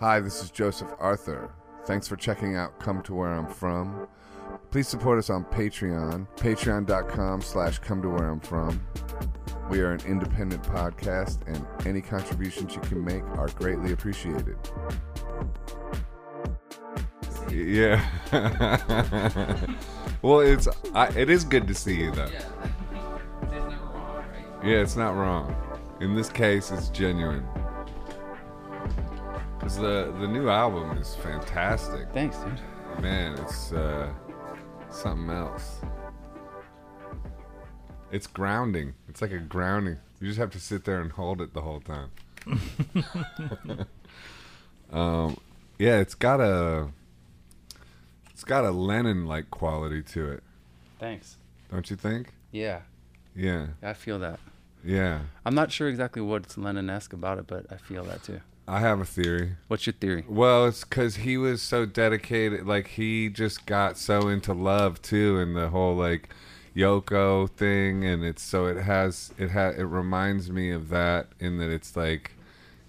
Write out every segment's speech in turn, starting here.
Hi, this is Joseph Arthur. Thanks for checking out Come to Where I'm From. Please support us on Patreon, patreon.com slash come to where I'm from. We are an independent podcast, and any contributions you can make are greatly appreciated. Yeah. well, it's I, it is good to see you though. Yeah, it's not wrong. In this case, it's genuine. Cause the the new album is fantastic, Thanks, dude. man. It's uh, something else. It's grounding. It's like a grounding. You just have to sit there and hold it the whole time. um, yeah, it's got a it's got a Lennon like quality to it, Thanks. don't you think? Yeah, Yeah, I feel that. yeah. I'm not sure exactly what's Lennon-esque about it, but I feel that too. I have a theory. What's your theory? Well, it's because he was so dedicated. Like he just got so into love too, and the whole like Yoko thing, and it's so it has it ha it reminds me of that in that it's like,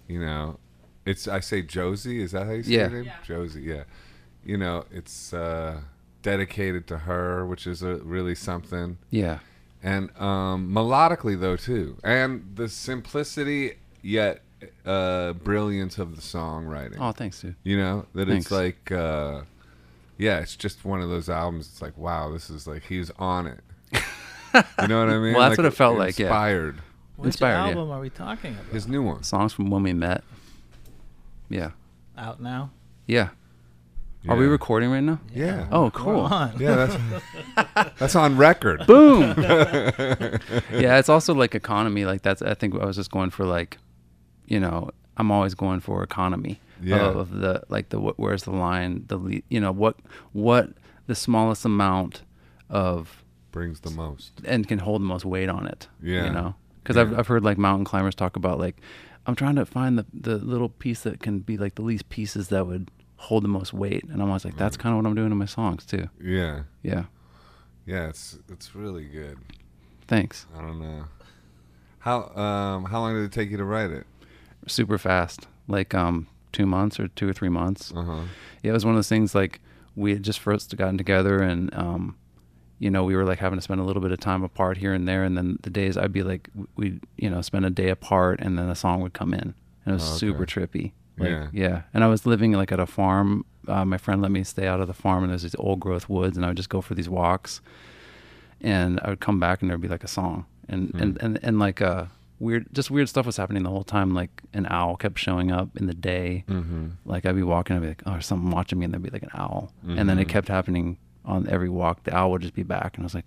you know, it's I say Josie. Is that how you say Yeah. her name? Josie. Yeah. You know, it's uh, dedicated to her, which is a, really something Yeah, and um, melodically though too, and the simplicity yet uh, brilliance of the songwriting. Oh, thanks, dude. You know that it's Thanks. like, uh, yeah, it's just one of those albums. It's like, wow, this is like he's on it. you know what I mean? Well, that's what it felt like, yeah. Inspired Which Inspired, yeah. album are we talking about? his new one. Songs from when we met. Yeah, Out now. yeah. Are we Yeah. recording right now? Yeah. Oh, We're cool. on. yeah. That's that's on record. Boom. yeah, it's also like economy. Like that's. I think I was just going for like, you know, I'm always going for economy. Yeah. Of the like the what? Where's the line? The le- you know what what the smallest amount of Brings the most. and can hold the most weight on it. Yeah. You know, because I've, Yeah. I've heard like mountain climbers talk about like, I'm trying to find the, the little piece that can be like the least pieces that would hold the most weight. And I'm always like, that's kind of what I'm doing in my songs too. Yeah. Yeah. Yeah. It's it's really good. Thanks. I don't know. How um how long did it take you to write it? Super fast. Like, um, two months or two or three months. Uh huh. Yeah, it was one of those things like we had just first gotten together and um, you know, we were like having to spend a little bit of time apart here and there and then the days I'd be like w- we'd, you know, spend a day apart and then a song would come in. And it was Oh, okay. super trippy. Like, Yeah. And I was living like at a farm. Uh, my friend let me stay out of the farm and there's these old growth woods and I would just go for these walks and I would come back and there'd be like a song and Hmm. and, and and like uh weird just weird stuff was happening the whole time like an owl kept showing up in the day like I'd be walking I'd be like oh there's something watching me and there'd be like an owl and then it kept happening on every walk the owl would just be back and I was like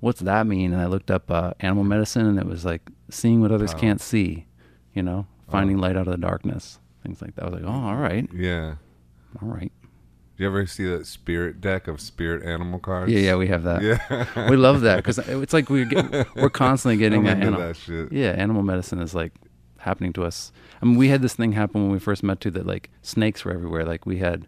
what's that mean and I looked up uh, animal medicine and it was like seeing what others can't see you know finding light out of the darkness things like that I was like oh all right Yeah. all right Do you ever see that spirit deck of spirit animal cards? yeah yeah we have that Yeah. we love that because it's like we're get, we're constantly getting I'm that, into animal. that shit. Yeah, animal medicine is like happening to us. I mean, we had this thing happen when we first met too that like snakes were everywhere. Like we had,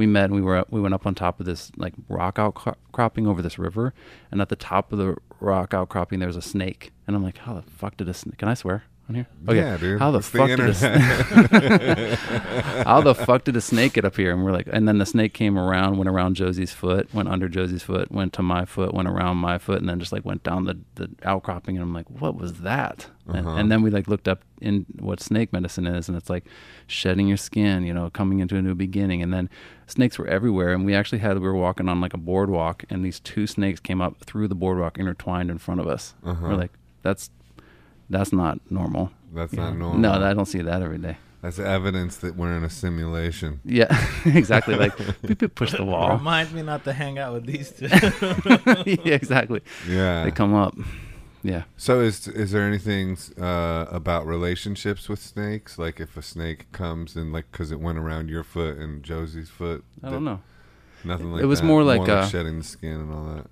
we met and we were up- we went up on top of this like rock outcropping over this river, and at the top of the rock outcropping there was a snake, and I'm like, how the fuck did a snake? Can I swear on here? Oh Yeah, dude. How the It's the fuck did a snake? internet. how the fuck did a snake get up here? And we're like, and then the snake came around, went around Josie's foot, went under Josie's foot, went to my foot, went around my foot, and then just like went down the, the outcropping. And I'm like, what was that? And, Uh-huh. and then we like looked up in what snake medicine is, and it's like shedding your skin, you know, coming into a new beginning. And then snakes were everywhere. And we actually had, we were walking on like a boardwalk, and these two snakes came up through the boardwalk, intertwined in front of us. Uh-huh. We're like, that's, that's not normal. That's not normal. No, I don't see that every day. That's evidence that we're in a simulation. Yeah, exactly. Like beep, beep, push the wall. Reminds me not to hang out with these two. yeah, exactly. Yeah. They come up. Yeah. so is is there anything uh, about relationships with snakes? Like if a snake comes and like because it went around your foot and Josie's foot. I don't know. Nothing like It was that. more like, uh, shedding the skin and all that.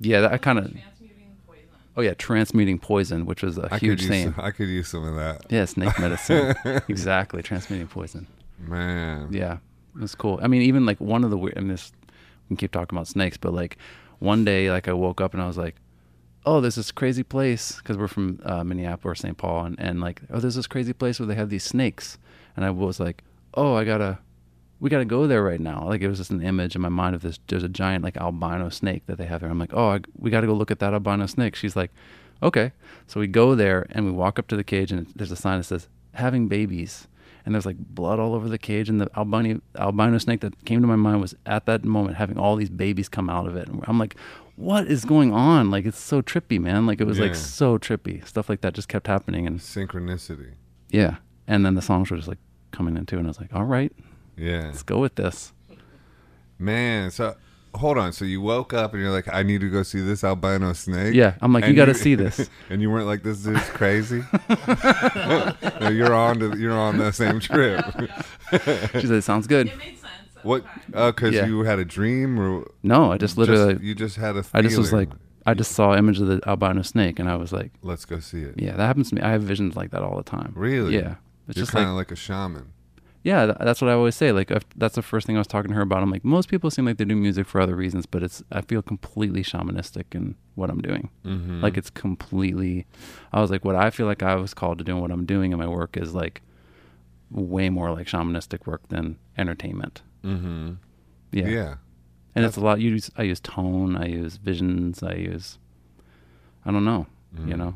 Yeah, that, I kind of. Transmuting poison. Oh yeah, transmuting poison, which was a I could huge use thing. Some, I could use some of that. Yeah, snake medicine. exactly, transmuting poison. Man. Yeah, it was cool. I mean, even like one of the weird. I mean, this we can keep talking about snakes, but like one day, like I woke up and I was like, "Oh, there's this crazy place," because we're from uh, Minneapolis or St. Paul, and, and like, "Oh, there's this crazy place where they have these snakes," and I was like, oh, I gotta, we gotta go there right now. Like it was just an image in my mind of this. There's a giant like albino snake that they have there. I'm like, oh, I, we gotta go look at that albino snake. She's like, okay. So we go there and we walk up to the cage and there's a sign that says having babies. And there's like blood all over the cage, and the albino albino snake that came to my mind was at that moment having all these babies come out of it. And I'm like, what is going on? Like it's so trippy, man. Like it was Yeah. like so trippy. Stuff like that just kept happening, and Synchronicity. yeah. And then the songs were just like coming in too. And I was like, all right, Yeah. let's go with this. Man, so hold on. So you woke up and you're like, I need to go see this albino snake. Yeah. I'm like, And you got to see this. and you weren't like, this dude's crazy. No, you're on to, you're on the same trip. She said, sounds good. It made sense. at What? the time. Oh, because Yeah. you had a dream, or No, I just literally, just, you just had a. Feeling. I just was like, I just saw image of the albino snake and I was like, let's go see it. yeah, that happens to me. I have visions like that all the time. Really? Yeah. It's you're just like, kind of like, a shaman. yeah, th- that's what I always say. Like, if, that's the first thing I was talking to her about. I'm like, most people seem like they do music for other reasons, but it's, I feel completely shamanistic in what I'm doing. Mm-hmm. Like, it's completely, I was like, what I feel like I was called to do and what I'm doing in my work is like way more like shamanistic work than entertainment. mm-hmm. Yeah. yeah. and it's a lot. Use I use tone. I use visions. I use. I don't know. You know.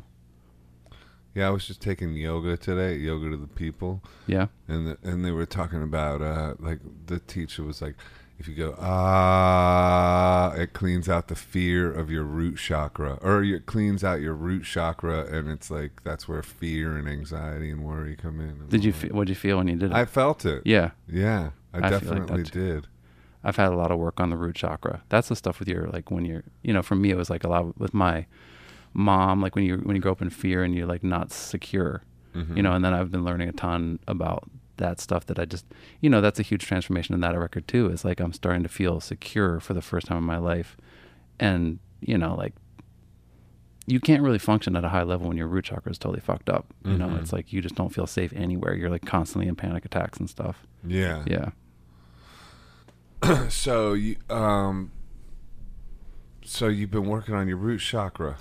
Yeah, I was just taking yoga today, yoga to the people, Yeah. and the, and they were talking about uh, like the teacher was like, if you go ah, it cleans out the fear of your root chakra, or it cleans out your root chakra, and it's like that's where fear and anxiety and worry come in. and Did you? all Fe- what'd you feel when you did that. it? I felt it. yeah, Yeah, I, I feel like definitely that did. I've had a lot of work on the root chakra. That's the stuff with your like when you're. You know, for me, it was like a lot with my mom. Like when you when you grow up in fear and you're like not secure. You know, and then I've been learning a ton about that stuff that I just. You know, that's a huge transformation in that record too. Is like I'm starting to feel secure for the first time in my life, and you know, like you can't really function at a high level when your root chakra is totally fucked up. You know, it's like you just don't feel safe anywhere. You're like constantly in panic attacks and stuff. Yeah. Yeah. So you um. So you've been working on your root chakra,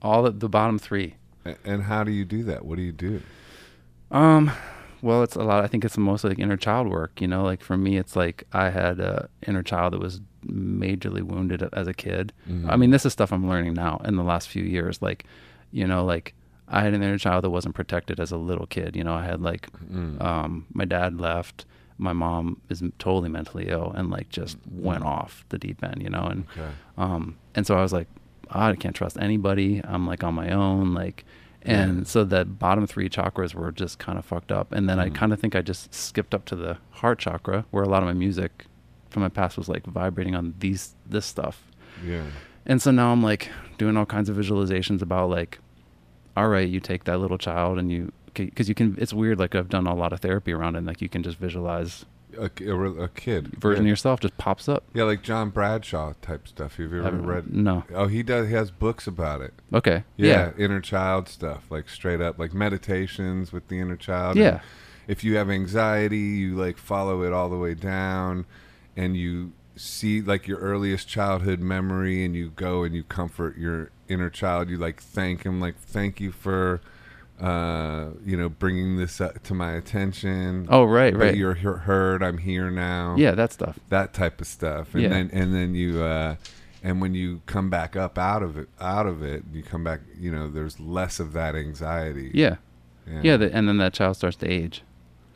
All the, the bottom three. A- and how do you do that? What do you do? Um, well, it's a lot. I think it's mostly like inner child work. You know, like for me, it's like I had a inner child that was majorly wounded as a kid. I mean, this is stuff I'm learning now in the last few years. Like, you know, like I had an inner child that wasn't protected as a little kid. You know, I had like, um, my dad left. My mom is totally mentally ill and like just went off the deep end, you know, and Okay. um, and so I was like, "Ah, I can't trust anybody. I'm like on my own. Like, and so the bottom three chakras were just kind of fucked up. And then I kind of think I just skipped up to the heart chakra where a lot of my music from my past was like vibrating on these, this stuff. Yeah. And so now I'm like doing all kinds of visualizations about like, all right, you take that little child and you, because you can, it's weird. Like I've done a lot of therapy around it and like you can just visualize A, a, re- a kid version of yeah. yourself just pops up. yeah, like John Bradshaw type stuff. Have you ever I've- read? No. Oh, he does. He has books about it. Okay. Yeah, inner child stuff, like straight up, like meditations with the inner child. Yeah. And if you have anxiety, you like follow it all the way down, and you see like your earliest childhood memory, and you go and you comfort your inner child. You like thank him, like thank you for, uh, you know, bringing this up to my attention. Oh, right, That right. You're he- heard. I'm here now Yeah. That stuff. that type of stuff and Yeah. then and then you uh and when you come back up out of it out of it you come back you know there's less of that anxiety Yeah. yeah, Yeah, the, and then that child starts to age.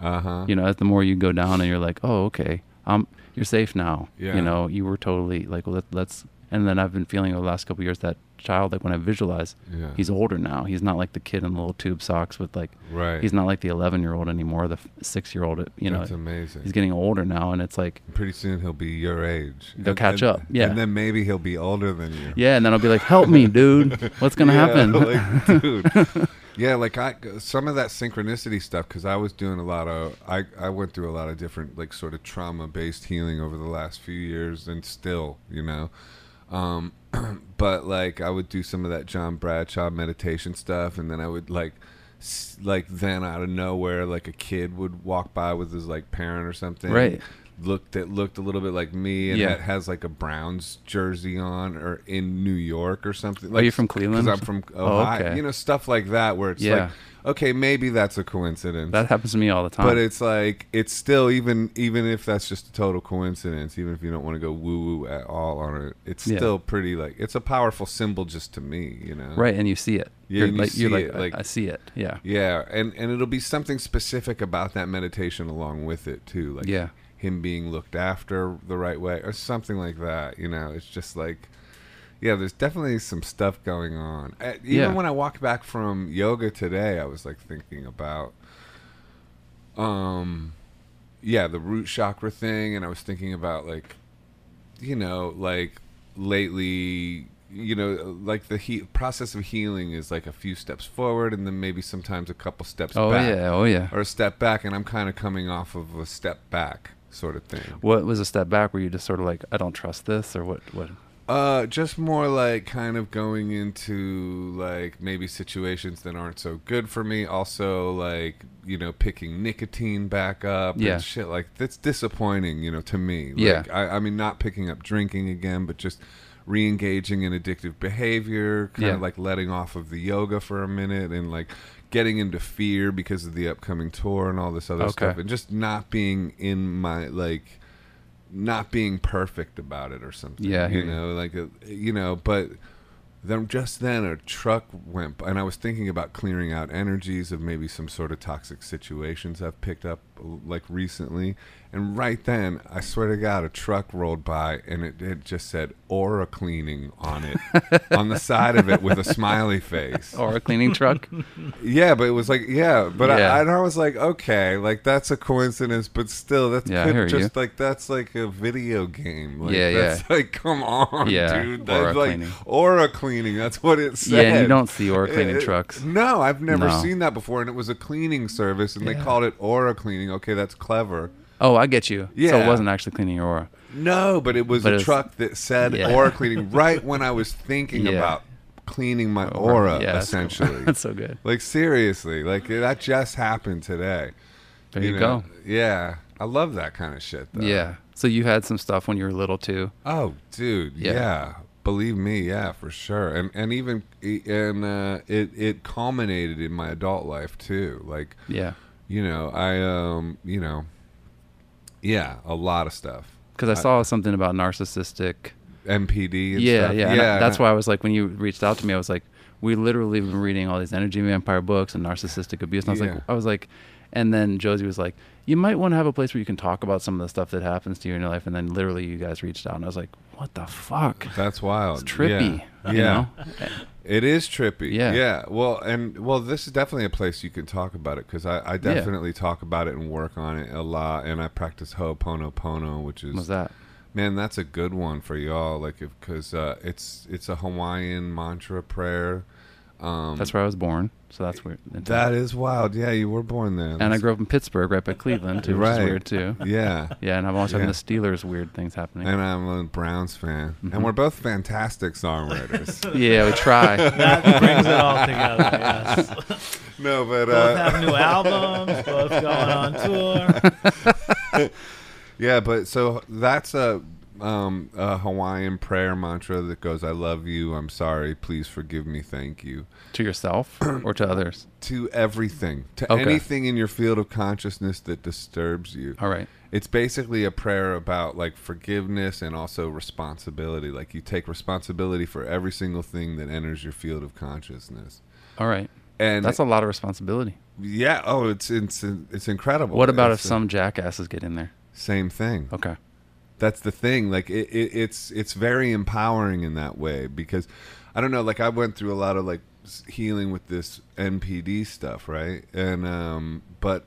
uh-huh You know, as the more you go down, and you're like, oh, okay, um, you're safe now. Yeah. You know, you were totally like, well, let, let's. And then I've been feeling over the last couple years that child, like when I visualize, Yeah. he's older now. He's not like the kid in the little tube socks with like, right he's not like the 11 year old anymore, the six year old. You know, that's amazing he's getting older now, and it's like, pretty soon he'll be your age They'll And- catch and- up, yeah. and then maybe he'll be older than you yeah. And then I'll be like, help me, dude. What's gonna Yeah, happen? like, dude. yeah, like I some of that synchronicity stuff because I was doing a lot of I I went through a lot of different like sort of trauma based healing over the last few years and still you know, um, but like I would do some of that John Bradshaw meditation stuff and then I would like s- like then out of nowhere like a kid would walk by with his like parent or something Right. looked that looked a little bit like me and Yeah. that has like a Browns jersey on or in New York or something. Like, you from Cleveland? Because I'm from Oh, Ohio. okay. You know, stuff like that where it's Yeah. like, okay, maybe that's a coincidence. That happens to me all the time. but it's like it's still even even if that's just a total coincidence, even if you don't want to go woo woo at all on it, it's Yeah. still pretty like it's a powerful symbol just to me, you know. right, and you see it. Yeah, you're and you like, you're see like, it, I- like- I, see it. Yeah, Yeah, and and it'll be something specific about that meditation along with it too, like Yeah. him being looked after the right way or something like that. You know, it's just like, yeah, there's definitely some stuff going on. Uh, Even Yeah. when I walked back from yoga today, I was like thinking about, um, yeah, the root chakra thing, and I was thinking about like, you know, like lately you know like the he- process of healing is like a few steps forward and then maybe sometimes a couple steps oh back yeah, oh yeah. or a step back and i'm kind of coming off of a step back sort of thing What was a step back? Were you just sort of like, I don't trust this, or what? What? uh just more like kind of going into like maybe situations that aren't so good for me also like you know picking nicotine back up Yeah. and shit like that's disappointing you know to me like, Yeah. I, I mean not picking up drinking again but just re-engaging in addictive behavior kind Yeah. of like letting off of the yoga for a minute and like getting into fear because of the upcoming tour and all this other Okay. stuff and just not being in my like not being perfect about it or something Yeah, I hear you you. know like uh, you know but then just then a truck went by, and i was thinking about clearing out energies of maybe some sort of toxic situations i've picked up like recently and right then i swear to god a truck rolled by and it, it just said aura cleaning on it on the side of it with a smiley face Or a cleaning truck? yeah, but it was like yeah, but Yeah. I, and I was like, okay, like that's a coincidence, but still, that's Yeah, I hear could you. just like that's like a video game. Like, Yeah, that's Like come on, Yeah, dude. aura That's like cleaning. aura cleaning. That's what it said. yeah, you don't see or cleaning It- it- trucks. No, I've never No. seen that before, and it was a cleaning service, and Yeah. they called it aura cleaning. Okay, that's clever. Oh, I get you. So it Yeah. wasn't actually cleaning your aura. No, but it was a But it's- truck that said Yeah. aura cleaning right when I was thinking Yeah. about cleaning my aura, yeah, that's cool. essentially. That's so good. Like seriously, like that just happened today. There you, know? go. Yeah, I love that kind of shit. Though. Yeah. So you had some stuff when you were little too. Oh, dude. Yeah. Yeah. Believe me, yeah, for sure. And and even and uh, it it culminated in my adult life too. Like Yeah. you know, I um you know, yeah, a lot of stuff. Because I saw something about narcissistic. MPD. And yeah, stuff. yeah. and I- that's and I- why I was like, when you reached out to me, I was like, we literally have been reading all these energy vampire books and narcissistic abuse. And I was Yeah. like, I was like, and then Josie was like, you might want to have a place where you can talk about some of the stuff that happens to you in your life. And then literally you guys reached out and I was like, what the fuck? That's wild. It's trippy. Yeah. You yeah. know? It is trippy. Yeah. Yeah. Well, and well, this is definitely a place you can talk about it because I, I definitely talk about it and work on it a lot, and I practice Ho'oponopono, which is What was that? man, that's a good one for y'all. Like, because uh, it's it's a Hawaiian mantra prayer. Um, That's where I was born. So that's weird. that is wild. Yeah, you were born there. and I grew up in Pittsburgh, right by Cleveland, too, which is Right. weird too. Yeah. Yeah, and I'm always having Yeah. the Steelers weird things happening. And I'm a Browns fan, Mm-hmm. and we're both fantastic songwriters. yeah, we try. That brings it all together. Yes. no, but Both uh, have new albums. Both going on tour. Yeah, but so that's a um a Hawaiian prayer mantra that goes I love you, I'm sorry, please forgive me, thank you. to yourself or to others. To everything, to Okay. anything in your field of consciousness that disturbs you. All right. It's basically a prayer about like forgiveness and also responsibility. Like you take responsibility for every single thing that enters your field of consciousness. All right. And That's a lot of responsibility. yeah, oh, it's it's it's incredible. What about if It's the some jackasses get in there? same thing? Okay. that's the thing like it, it, it's it's very empowering in that way because i don't know like i went through a lot of like s- healing with this npd stuff right and um but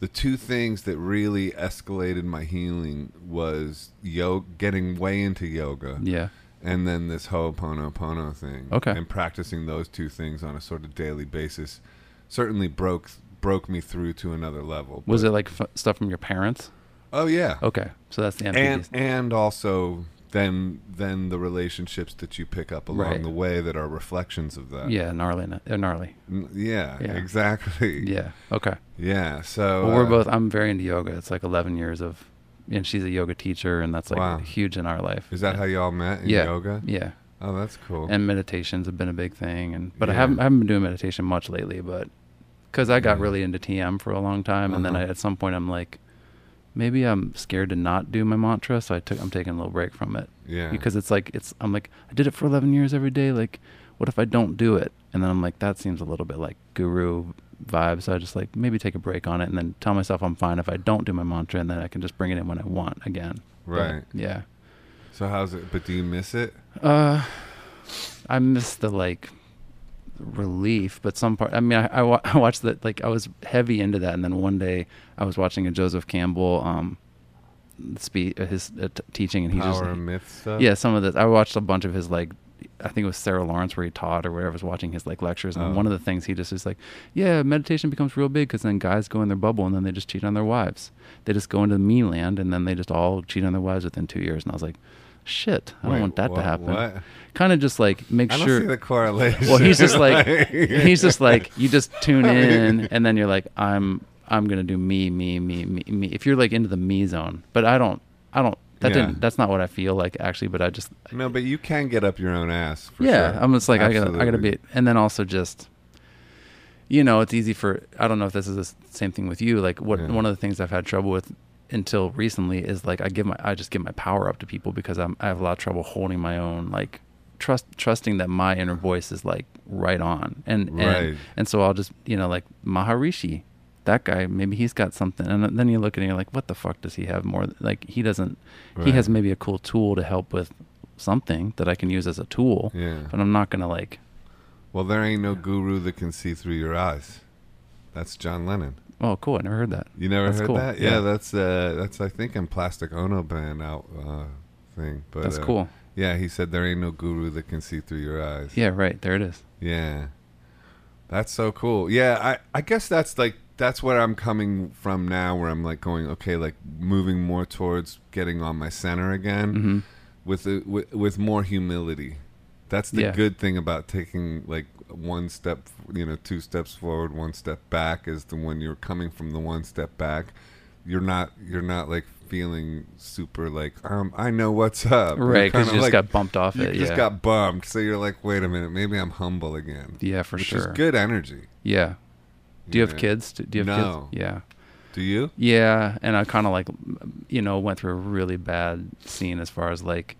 the two things that really escalated my healing was yo getting way into yoga Yeah. and then this Ho'oponopono thing. Okay. And practicing those two things on a sort of daily basis certainly broke broke me through to another level. Was it like f- stuff from your parents? Oh yeah Okay. So that's the and NPDs. and also then then the relationships that you pick up along Right. the way that are reflections of that. yeah, gnarly. n- uh, Gnarly. N- yeah, Yeah. exactly. Yeah. Okay. Yeah, So Well, we're uh, both, I'm very into yoga. It's like 11 years of and she's a yoga teacher, and that's like Wow. huge in our life. Is that how y'all met in yeah, yoga? Yeah, Oh, that's cool. and meditations have been a big thing. And but I Yeah. haven't I haven't been doing meditation much lately, but because I got Yeah. really into TM for a long time, and then Uh-huh. I, at some point I'm like, maybe I'm scared to not do my mantra, so I took I'm taking a little break from it yeah. because it's like it's I'm like I did it for 11 years every day. Like, what if I don't do it? And then I'm like, that seems a little bit like guru vibe. So I just like maybe take a break on it and then tell myself I'm fine if I don't do my mantra, and then I can just bring it in when I want again. But, right. yeah. So how's it? But do you miss it? Uh, I miss the like relief, but some part. I mean, I, I, wa- I watched that. Like, I was heavy into that, and then one day I was watching a Joseph Campbell um speech, his uh, t- teaching, and he Power just and myth stuff. yeah, some of the I watched a bunch of his like I think it was Sarah Lawrence where he taught or whatever I was watching his like lectures and Oh. one of the things he just is like, yeah, meditation becomes real big because then guys go in their bubble and then they just cheat on their wives. They just go into me land and then they just all cheat on their wives within two years. And I was like, shit, I Wait, don't want that wha- to happen. What? Kind of just like make I don't sure. see the correlation. Well, he's just like he's just like you just tune in and then you're like I'm I'm gonna do me me me me me. If you're like into the me zone, but I don't I don't that Yeah. didn't that's not what I feel like actually. But I just no, but you can get up your own ass. For yeah, sure. I'm just like I gotta I gotta Absolutely. be and then also just you know it's easy for I don't know if this is the s- same thing with you. Like what Yeah. one of the things I've had trouble with until recently is like I give my I just give my power up to people because I'm I have a lot of trouble holding my own like trust trusting that my inner voice is like right on and Right. and and so I'll just you know like Maharishi that guy maybe he's got something and then you look at it and you're like what the fuck does he have more like he doesn't he Right. has maybe a cool tool to help with something that I can use as a tool Yeah. but I'm not gonna like. Well, there ain't no guru that can see through your eyes. That's John Lennon. Oh, cool! I never heard that. You never That's heard cool. that? Yeah, Yeah. that's uh, that's I think in Plastic Ono band out uh, thing. But That's uh, cool. Yeah, he said there ain't no guru that can see through your eyes. Yeah, right. There it is. Yeah. That's so cool. Yeah, I, I guess that's like that's where I'm coming from now where I'm like going, okay, like moving more towards getting on my center again hmm with, a, with with more humility. That's the Yeah. good thing about taking like one step, you know, two steps forward, one step back is the when you're coming from the one step back, you're not you're not like feeling super like um I know what's up. You're Right, because kinda you just like- got bumped off you it. just yeah, got bummed. So you're like, wait a minute, maybe I'm humble again. yeah, for which sure. is good energy. Yeah. Do you have know? kids? Do do you have No. kids? Yeah. Do you? Yeah, and I kind of like, m- you know, went through a really bad scene as far as like,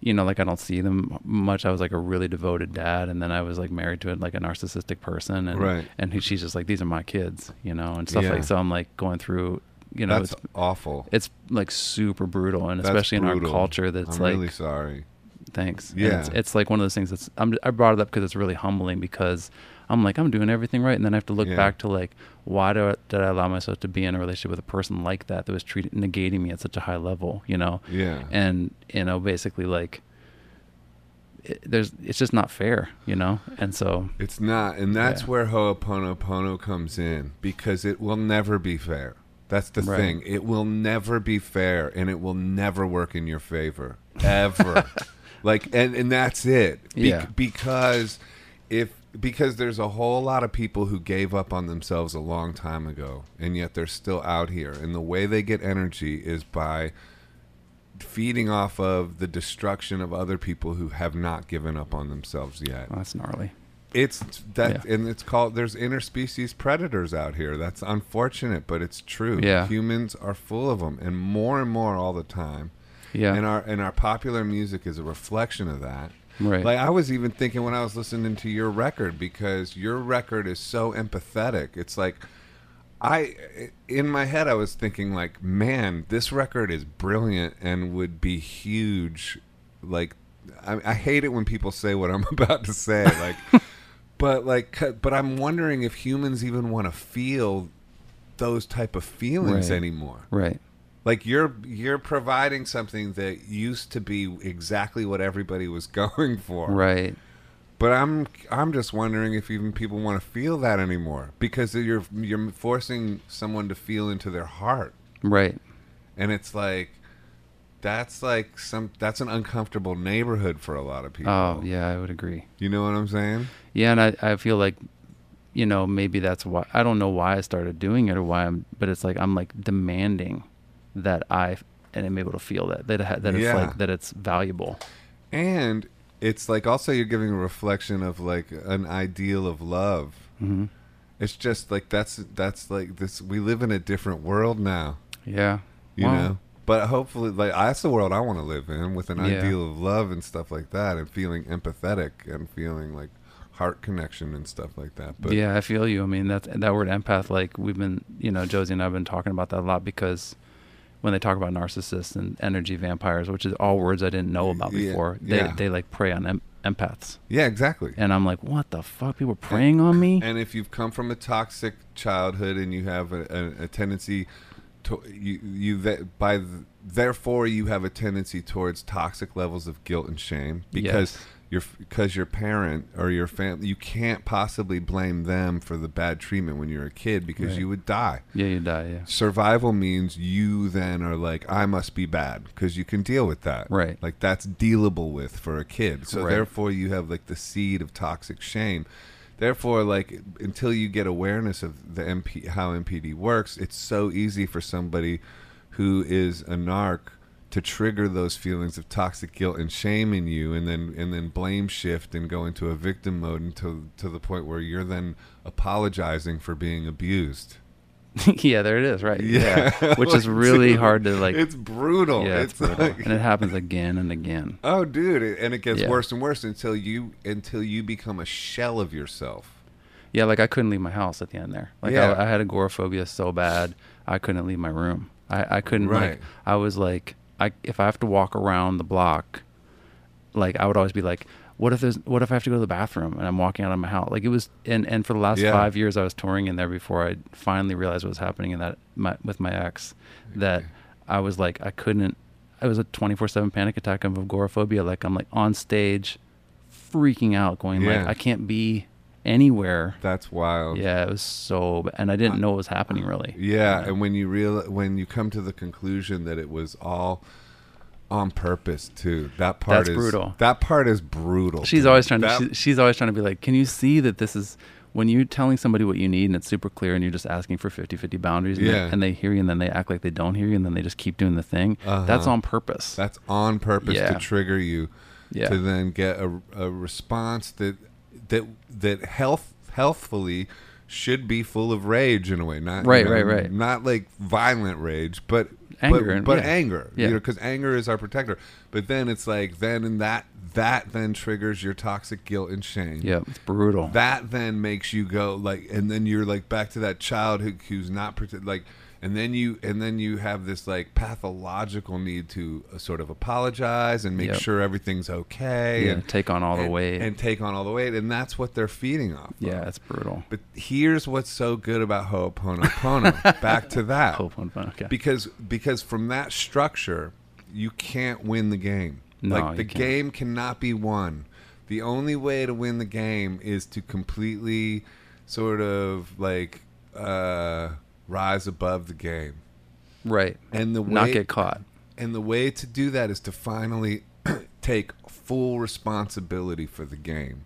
you know, like I don't see them much. I was like a really devoted dad, and then I was like married to like a narcissistic person, and Right. and who she's just like, these are my kids, you know, and stuff Yeah. like. So I'm like going through, you know, That's it's awful. it's like super brutal, and That's especially in our brutal. culture, that's I'm like really sorry. thanks. And Yeah. it's, it's like one of those things that's I'm, I brought it up because it's really humbling because I'm like I'm doing everything right, and then I have to look Yeah. back to like why do I, did I allow myself to be in a relationship with a person like that that was treating negating me at such a high level, you know? Yeah. And you know, basically like it, there's it's just not fair, you know? And so It's not, and that's Yeah. where Ho'oponopono comes in because it will never be fair. That's the Right. thing. It will never be fair, and it will never work in your favor ever. like, and and that's it. Yeah. Because if because there's a whole lot of people who gave up on themselves a long time ago, and yet they're still out here. And the way they get energy is by feeding off of the destruction of other people who have not given up on themselves yet well, that's gnarly. it's that Yeah. and it's called there's interspecies predators out here that's unfortunate but it's true Yeah. humans are full of them and more and more all the time Yeah. and our and our popular music is a reflection of that right. like i was even thinking when i was listening to your record because your record is so empathetic it's like i in my head i was thinking like man this record is brilliant and would be huge like i, I hate it when people say what i'm about to say like but like c- but i'm wondering if humans even want to feel those type of feelings Right. anymore right. like you're you're providing something that used to be exactly what everybody was going for Right. but i'm i'm just wondering if even people want to feel that anymore because you're you're forcing someone to feel into their heart Right. and it's like that's like some that's an uncomfortable neighborhood for a lot of people Oh, yeah, I would agree. you know what i'm saying Yeah, and I, I feel like, you know, maybe that's why I don't know why I started doing it or why I'm, but it's like I'm like demanding that I am able to feel that that it ha- that it's Yeah. like that it's valuable. and it's like also you're giving a reflection of like an ideal of love. Mhm. It's just like that's that's like this. We live in a different world now, Yeah, you Wow. know. But hopefully, like that's the world I want to live in with an Yeah. ideal of love and stuff like that, and feeling empathetic and feeling like heart connection and stuff like that. But yeah, I feel you. I mean, that that word empath, like we've been, you know, Josie and I've been talking about that a lot because when they talk about narcissists and energy vampires, which is all words I didn't know about Yeah, before, yeah. they they like prey on em- empaths, yeah, exactly. and I'm like, what the fuck? People preying on me? and if you've come from a toxic childhood and you have a, a, a tendency to you you that by th- therefore you have a tendency towards toxic levels of guilt and shame because Yes. your because your parent or your family you can't possibly blame them for the bad treatment when you're a kid because Right. you would die Yeah, you die. Yeah, survival means you then are like i must be bad because you can deal with that Right. like that's dealable with for a kid so Right. therefore you have like the seed of toxic shame therefore like until you get awareness of the mp how mpd works it's so easy for somebody who is a narc to trigger those feelings of toxic guilt and shame in you and then and then blame shift and go into a victim mode until to the point where you're then apologizing for being abused yeah, there it is, right? Yeah, which is really Dude, hard to like. It's brutal. yeah, it's it's brutal. like, and it happens again and again. oh, dude, it- and it gets Yeah. worse and worse until you until you become a shell of yourself. Yeah, like I couldn't leave my house at the end there. Like Yeah. I, I had agoraphobia so bad, I couldn't leave my room. I, I couldn't Right. like I was like I if I have to walk around the block, like I would always be like, what if there's what if I have to go to the bathroom and I'm walking out of my house? Like it was and and for the last Yeah. five years I was touring in there before I finally realized what was happening in that my, with my ex that I was like I couldn't. It was a 24/7 panic attack of agoraphobia. Like I'm like on stage, freaking out, going like Yeah. I can't be anywhere. That's wild. Yeah, it was so, b- and I didn't know what was happening really. Yeah, and when you real when you come to the conclusion that it was all on purpose too, that part That's is brutal. That part is brutal. She's dude. always trying to. That- she- she's always trying to be like, can you see that this is when you're telling somebody what you need and it's super clear and you're just asking for 50-50 boundaries and, Yeah. they, and they hear you and then they act like they don't hear you and then they just keep doing the thing. Uh-huh. That's on purpose. That's on purpose Yeah. to trigger you Yeah. to then get a, a response that that that health healthfully should be full of rage in a way, not you Right, know, right, right. not like violent rage, but Anger but, and- but yeah. anger, Yeah. you know, because anger is our protector. But then it's like then and that that then triggers your toxic guilt and shame. yeah, it's brutal. That then makes you go like, and then you're like back to that child who, who's not prote- like, and then you and then you have this like pathological need to uh, sort of apologize and make Yep. sure everything's okay yeah, and take on all the and- weight. and take on all the weight, and that's what they're feeding off. of. yeah, it's brutal. But here's what's so good about Ho'oponopono. back to that, Hope on fun. Okay. because because from that structure, you can't win the game. No, like the you can't. game cannot be won. The only way to win the game is to completely sort of like uh, rise above the game. right. And the way Not get caught. and the way to do that is to finally take full responsibility for the game.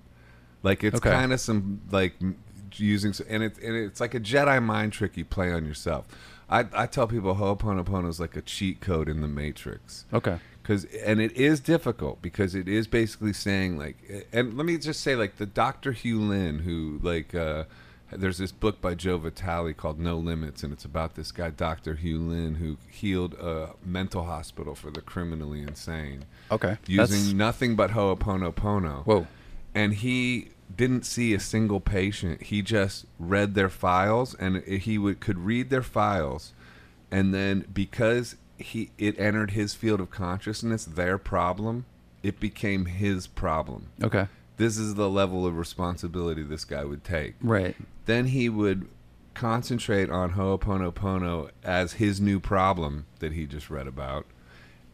Like it's Okay. kind of some like m- using s- and it's and it's like a Jedi mind trick you play on yourself. I, I tell people Ho'oponopono is like a cheat code in the Matrix. Okay. Cause, and it is difficult because it is basically saying like and let me just say like the dr hugh lynn who like uh, there's this book by joe vitale called no limits and it's about this guy dr hugh lynn who healed a mental hospital for the criminally insane Okay. using nothing but ho'oponopono whoa. and he didn't see a single patient. He just read their files, and he would could read their files, and then because he it entered his field of consciousness, their problem, it became his problem. Okay. This is the level of responsibility this guy would take. Right. Then he would concentrate on Ho'oponopono as his new problem that he just read about.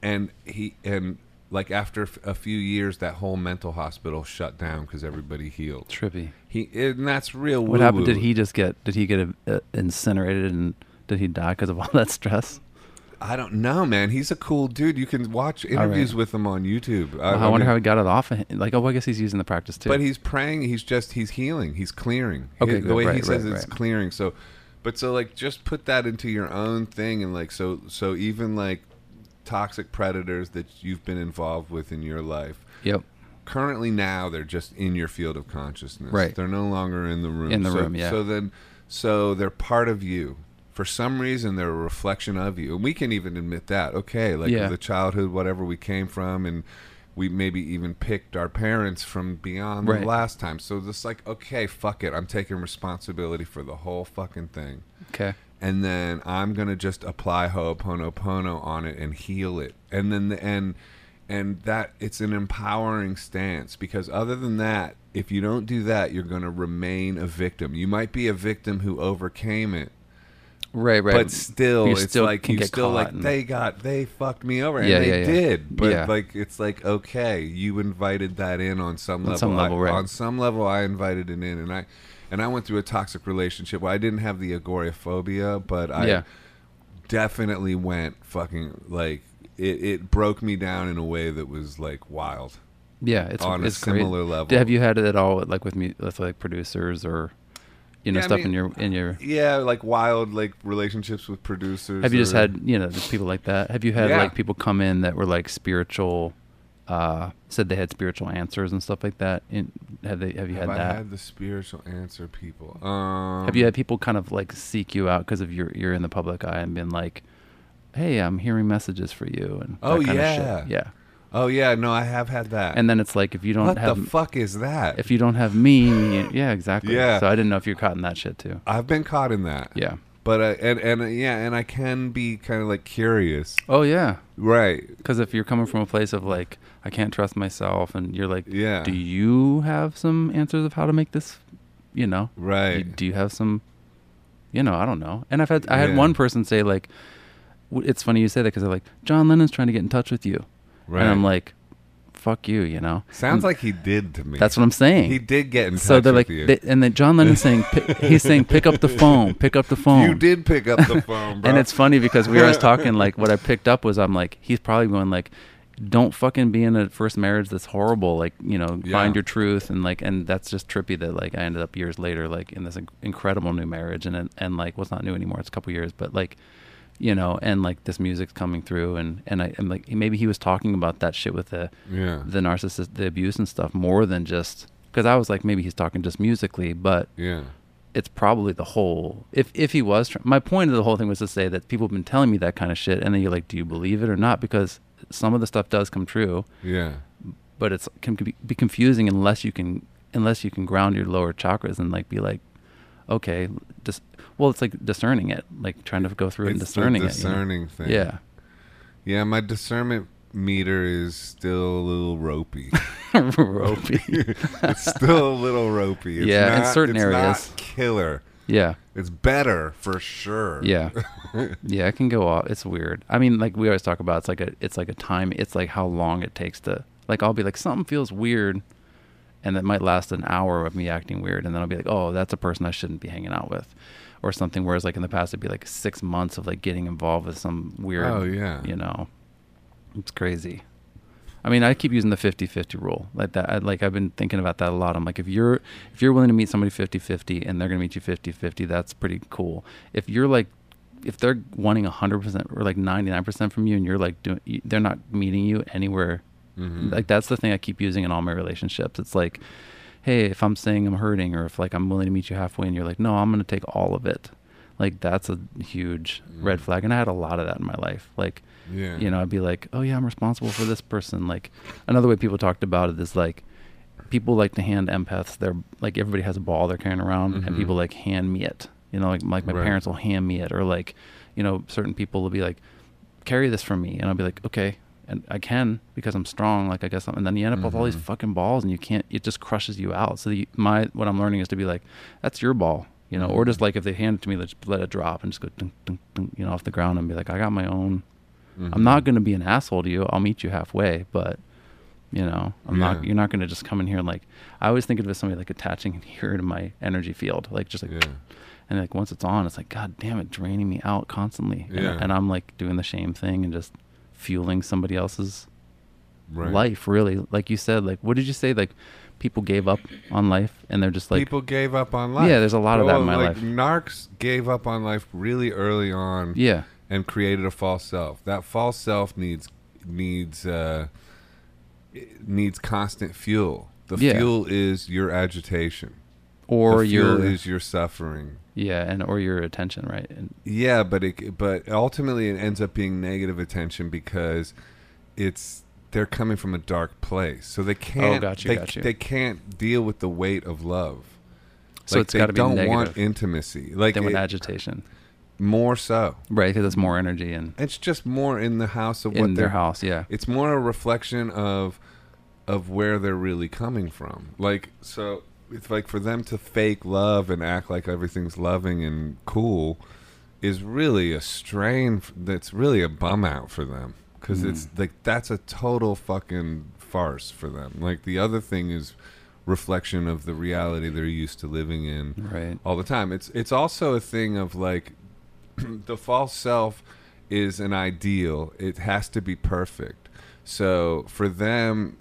And he and like after f- a few years that whole mental hospital shut down cuz everybody healed. Trippy. He and that's real What happened? woo-woo. Did he just get? Did he get uh, incinerated and did he die because of all that stress? I don't know, man. He's a cool dude. You can watch interviews with him on YouTube. I, wonder mean- how he got it off. Of him. Like, oh, I guess he's using the practice too. But he's praying. He's just he's healing. He's clearing. Okay, the good, way he right, says right, it's right. clearing. So, But so like just put that into your own thing and like so so even like toxic predators that you've been involved with in your life. Yep. Currently now they're just in your field of consciousness. Right. They're no longer in the room. In the So- room, yeah. So then so they're part of you. For some reason they're a reflection of you. And we can even admit that. Okay, like Yeah. the childhood whatever we came from and we maybe even picked our parents from beyond Right. the last time. So just like, okay, fuck it. I'm taking responsibility for the whole fucking thing Okay. and then I'm gonna just apply Ho'oponopono on it and heal it, and then the, and and that it's an empowering stance because other than that, if you don't do that, you're gonna remain a victim. You might be a victim who overcame it, Right. Right. but still, You it's still like can you get still like caught in- they got they fucked me over, and Yeah, they yeah, yeah. did. But Yeah. like it's like okay, you invited that in on some level. some I- level, right. On some level, I invited it in, and I and I went through a toxic relationship where I didn't have the agoraphobia, but I yeah. definitely went fucking like it. It broke me down in a way that was like wild. Yeah. It's on a it's great. similar level. D- Have you had it at all? Like with me, with like producers or, you know, Yeah, I stuff mean, in your in your. Yeah, like wild like relationships with producers. Have you just or- had you know just people like that? Have you had Yeah. like people come in that were like spiritual? uh Said they had spiritual answers and stuff like that. In, have they? Have you Have I had that? had the spiritual answer, people? Um, Have you had people kind of like seek you out because of your you're in the public eye and been like, "Hey, I'm hearing messages for you," and Oh, that kind yeah. of shit. yeah. Oh yeah, no, I have had that. And then it's like if you don't what have the fuck is that? if you don't have me, yeah, exactly. Yeah. So I didn't know if you're caught in that shit too. I've been caught in that. Yeah. But uh, and and uh, yeah, and I can be kind of like curious. Oh yeah, Right. because if you're coming from a place of like I can't trust myself, and you're like, Yeah. do you have some answers of how to make this, you know, Right. You- do you have some you know i don't know and i've had i had Yeah. one person say like w- it's funny you say that because they're like john lennon's trying to get in touch with you right. and i'm like fuck you you know sounds like he did to me. that's what i'm saying he did get in so touch they're like with you. they, and then john lennon's saying pick, he's saying pick up the phone pick up the phone you did pick up the phone, bro. and it's funny because we were always talking like what i picked up was i'm like he's probably going like don't fucking be in a first marriage that's horrible like you know Yeah. find your truth and like and that's just trippy that like i ended up years later like in this in- incredible new marriage and and like what's it's not new anymore it's a couple years but like you know and like this music's coming through and and i am like maybe he was talking about that shit with the yeah. the narcissist the abuse and stuff more than just because i was like maybe he's talking just musically but yeah. it's probably the whole if if he was tr- my point of the whole thing was to say that people have been telling me that kind of shit and then you're like do you believe it or not because some of the stuff does come true Yeah. but it's can be, be confusing unless you can unless you can ground your lower chakras and like be like okay dis- well it's like discerning it like trying to go through it and It's the discerning discerning it thing. you know? yeah Yeah, my discernment meter is still a little ropey. ropey it's still a little ropey. It's Yeah, in not- certain it's not areas. killer. yeah It's better for sure. Yeah. yeah, it can go off. It's weird. I mean, like we always talk about it's like a it's like a time it's like how long it takes to like I'll be like something feels weird and it might last an hour of me acting weird and then I'll be like, "Oh, that's a person I shouldn't be hanging out with." Or something whereas like in the past it'd be like 6 months of like getting involved with some weird Oh, yeah. you know. It's crazy. I mean, I keep using the 50-50 rule. Like that I, like I've been thinking about that a lot. I'm like if you're if you're willing to meet somebody 50-50 and they're going to meet you 50-50, that's pretty cool. If you're like if they're wanting 100% or like 99% from you and you're like doing you- they're not meeting you anywhere. Like that's the thing I keep using in all my relationships. It's like hey, if I'm saying I'm hurting or if like I'm willing to meet you halfway and you're like no, I'm going to take all of it. Like that's a huge red flag and I had a lot of that in my life. Like Yeah. you know, I'd be like, oh yeah, I'm responsible for this person. Like another way people talked about it is like people like to hand empaths their like everybody has a ball they're carrying around and people like hand me it. You know, like like my Mm-hmm. Right. parents will hand me it or like, you know, certain people will be like, carry this for me and I'll be like, okay. And I can because I'm strong. Like I guess, I'm, and then you end up with all Mm-hmm. these fucking balls, and you can't. It just crushes you out. So the, my what I'm learning is to be like, that's your ball, you know. Or Mm-hmm. just like if they hand it to me, let's let it drop and just go, dunk, dunk, dunk, you know, off the ground and be like, I got my own Mm-hmm. I'm not going to be an asshole to you. I'll meet you halfway, but you know, I'm not. Yeah. You're not going to just come in here and like. I always think of it as somebody like attaching here to my energy field, like just like, Yeah. and like once it's on, it's like God damn it, draining me out constantly. And- Yeah. And, I'm like doing the shame thing and just fueling somebody else's Right. life really like you said like what did you say like people gave up on life and they're just like People gave up on life. Yeah, there's a lot of that in my like, life. Narcs gave up on life really early on. yeah and created a false self. That false self needs needs uh, it needs constant fuel. The Yeah. fuel is your agitation, or the fuel your is your suffering. yeah and or your attention right and Yeah, but it but ultimately it ends up being negative attention because it's they're coming from a dark place, so they Oh, can't got you, they, got you. they can't deal with the weight of love. so Like, it's they got to be don't negative want intimacy, like they want it- agitation more so. right because it's more energy and It's just more in the house of in what their they're house yeah it's more a reflection of of where they're really coming from like so it's like for them to fake love and act like everything's loving and cool is really a strain f- that's really a bum out for them because it's like that's a total fucking farce for them like the other thing is reflection of the reality they're used to living in right all the time. It's it's also a thing of like the false self is an ideal. It has to be perfect. So for them,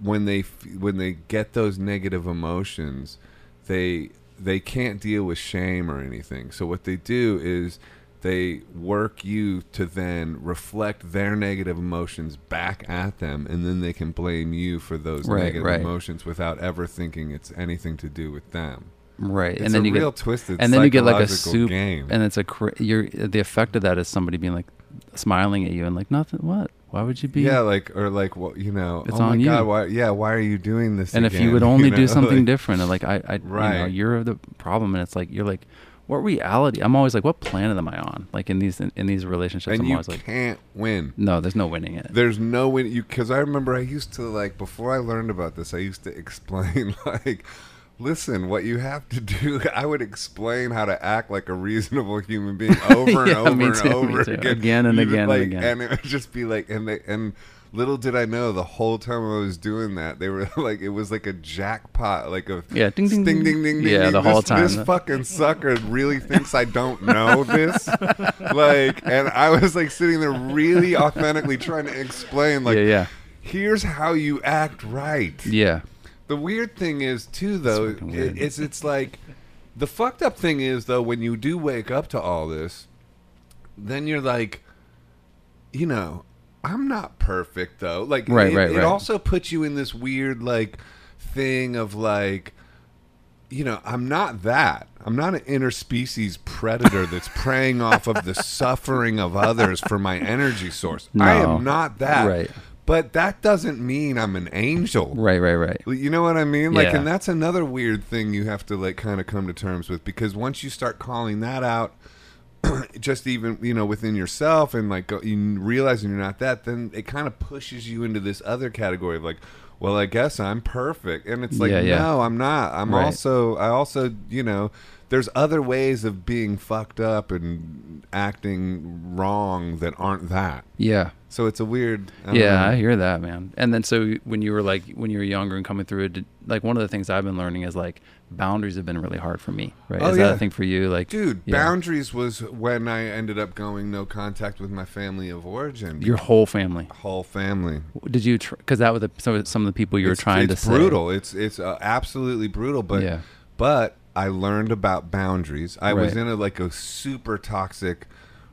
when they f- when they get those negative emotions, they they can't deal with shame or anything. So what they do is they work you to then reflect their negative emotions back at them and then they can blame you for those Right, negative right. emotions without ever thinking it's anything to do with them right it's and then a you real get twisted and then you get like a psychological soup game. and it's a cr- you're the effect of that is somebody being like smiling at you and like nothing what why would you be yeah, like or like what you know. It's oh on my you. god, why? Yeah, why are you doing this? and if again? you would only do know, something like, different and like i, I you know Right. you're the problem and it's like you're like what reality i'm always like what planet am i on like in these in, in these relationships and i'm you always like can't win. no there's no winning it There's no win. You because I remember I used to like before I learned about this, I used to explain like. Listen, what you have to do, I would explain how to act like a reasonable human being over and Yeah, over me and too, me over too. again. Again and You would, again and like, again. And it would just be like, and they, and little did I know the whole time I was doing that, they were like, it was like a jackpot, like a Yeah, ding, ding, ding, ding, ding. ding, ding, Yeah, ding. the this, whole time. This fucking sucker really thinks I don't know this. like, and I was like sitting there really authentically trying to explain, like, yeah yeah here's how you act right. yeah The weird thing is too, though, fucking i- weird. is it's like the fucked up thing is though when you do wake up to all this, then you're like, you know, I'm not perfect though. Like, Right, it, right, it right. also puts you in this weird like thing of like. You know, I'm not that. I'm not an interspecies predator that's preying off of the suffering of others for my energy source. I No. am not that. Right. But that doesn't mean I'm an angel. right right right Well, You know what I mean? Like, Yeah. and that's another weird thing you have to like kind of come to terms with because once you start calling that out, just even you know within yourself and like go- you realizing you're not that, then it kind of pushes you into this other category of like, well, I guess I'm perfect, and it's like, Yeah, yeah. no, I'm not. I'm Right. also, I also, you know. There's other ways of being fucked up and acting wrong that aren't that. yeah So it's a weird. I don't yeah, know. I hear that, man. And then so when you were like when you were younger and coming through it, did- like one of the things I've been learning is like boundaries have been really hard for me, right? Oh, is that yeah. a thing for you? Like, Dude, yeah. boundaries was when I ended up going no contact with my family of origin. your whole family. whole family. Did you? Because that was the, some of- some of the people you were it's, trying it's to brutal. It's it's uh, absolutely brutal. But Yeah. but I learned about boundaries. I was Right. in a like a super toxic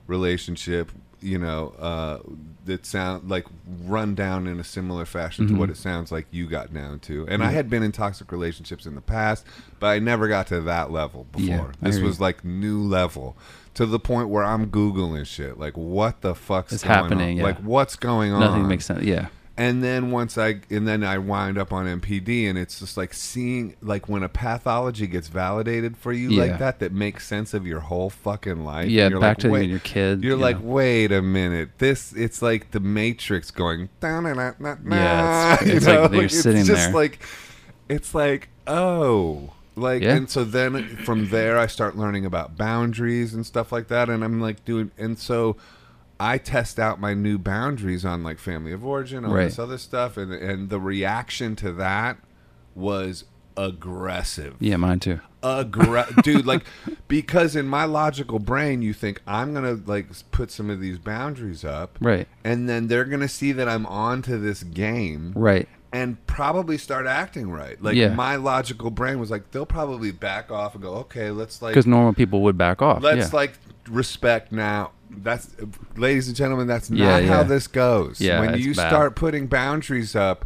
relationship. You know uh, that sound like run down in a similar fashion Mm-hmm. to what it sounds like you got down to. And I had been in toxic relationships in the past, but I never got to that level before. Yeah, I this hear you. was like new level to the point where I'm googling shit like what the fuck's It's going On? happening, yeah. Like what's going say. on? Nothing makes sense. Yeah, and then once i and then i wind up on mpd and it's just like seeing like when a pathology gets validated for you Yeah. like that that makes sense of your whole fucking life yeah. and you're Back like, to wait, when your kid. you're you like know. wait a minute this it's like the matrix going down and Yeah, it's- it's like you're sitting it's just there. like it's like oh like Yeah. and so then from there i start learning about boundaries and stuff like that and i'm like doing and so i test out my new boundaries on like family of origin all this Right. other stuff and and the reaction to that was aggressive yeah, mine too. aggra- dude. Like because in my logical brain, you think I'm gonna like s- put some of these boundaries up, Right. And then they're gonna see that I'm onto this game, Right. and probably start acting right. Like Yeah. my logical brain was like, they'll probably back off and go, okay, let's like Because normal people would back off. let's yeah. like respect now. That's, ladies and gentlemen, that's not Yeah, how yeah. this goes. Yeah, when it's you bad. start putting boundaries up,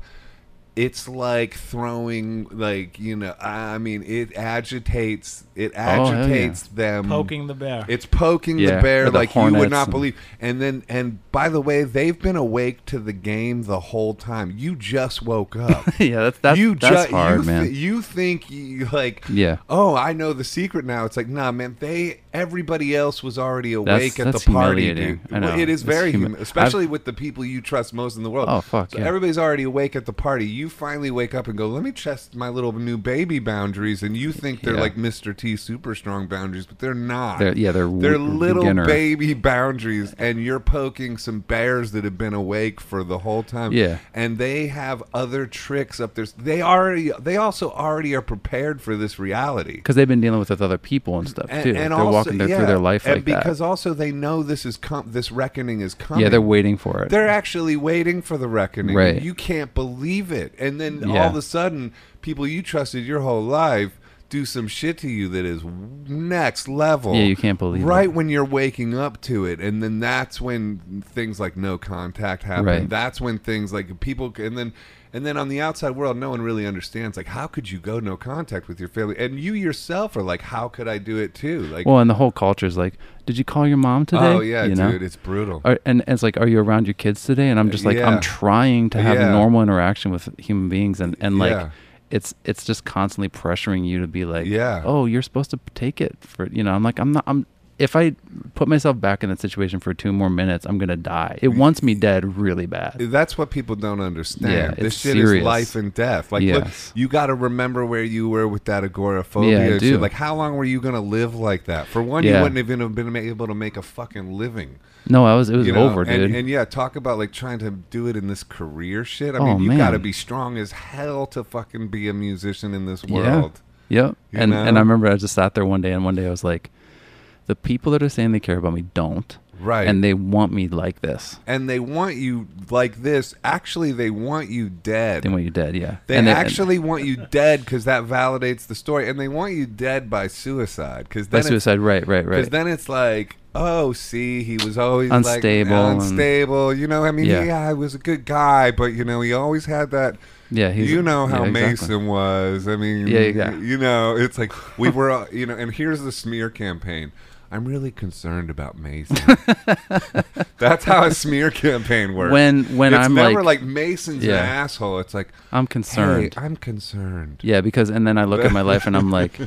it's like throwing, like you know, I mean, it agitates, it Oh, hell yeah. agitates them. Poking the bear. It's poking the Yeah, bear with the like you would hornets not and- believe. And then, and by the way, they've been awake to the game the whole time. You just woke up. yeah, that's that's, you that's ju- hard, you man. thi- you think you like Yeah. Oh, I know the secret now. It's like, nah, man. They everybody else was already That's- awake at that's the party. humiliating. dude. I know. Well, It is It's very, humi- humi- especially with the people you trust most in the world. Oh, fuck, So yeah. everybody's already awake at the party. You finally wake up and go, let me test my little new baby boundaries, and you think they're Yeah. like Mr. T super strong boundaries, but they're not. They're- yeah, they're w- they're little beginner. baby boundaries, and you're poking some bears that have been awake for the whole time. Yeah. and they have other tricks up there. They already, they also already are prepared for this reality Because they've been dealing with with other people and stuff too. they're walking their, yeah, through their life and like because also they know this is com- this reckoning is that. coming. Yeah, they're waiting for it. They're actually waiting for the reckoning. Right. You can't believe it. And then Yeah. all of a sudden, people you trusted your whole life do some shit to you that is next level. Yeah, you can't believe it. Right when you're waking up to it. And then that's when things like no contact happen. Right. That's when things like people and then and then on the outside world no one really understands like how could you go no contact with your family? And you yourself are like how could I do it too? Like well, and the whole culture is like, did you call your mom today? Oh yeah, you dude, know? it's brutal. Are, and, and it's like, are you around your kids today? And I'm just like, Yeah. I'm trying to have Yeah. normal interaction with human beings, and and like, Yeah. it's it's just constantly pressuring you to be like, Yeah. oh, you're supposed to take it for you know. I'm like, I'm not. I'm if I put myself back in that situation for two more minutes, I'm gonna die. It wants me dead really bad. That's what people don't understand. Yeah, this it's shit is serious. life and death. Like, look, Yes. you got to remember where you were with that agoraphobia. Yeah, I and shit. do. Like, how long were you going to live like that? For one, you Yeah. wouldn't have even been able to make a fucking living. No, I was it was You know? over, and, dude. And yeah, talk about like trying to do it in this career shit. I Oh, mean, you got to man. be strong as hell to fucking be a musician in this Yeah. world. Yep. You And and know? I remember I just sat there one day and one day I was like, the people that are saying they care about me don't. Right. And they want me like this. And they want you like this. Actually, they want you dead. They want you dead, yeah. They and then- actually want you dead because that validates the story, and they want you dead by suicide because then by it's- suicide, right, right, Because right. then it's like, oh, see, he was always Unstable like, and- unstable. You know, I mean, yeah. Yeah. he was a good guy, but you know, he always had that. yeah, he's you know how yeah, exactly. Mason was. I mean, Yeah, yeah. you know, it's like we were, all- you know, and here's the smear campaign. I'm really concerned about Mason. That's how a smear campaign works. When when it's I'm never like, like, Mason's Yeah. an asshole. It's like, I'm hey, concerned. I'm concerned. yeah, because and then I look at my life and I'm like,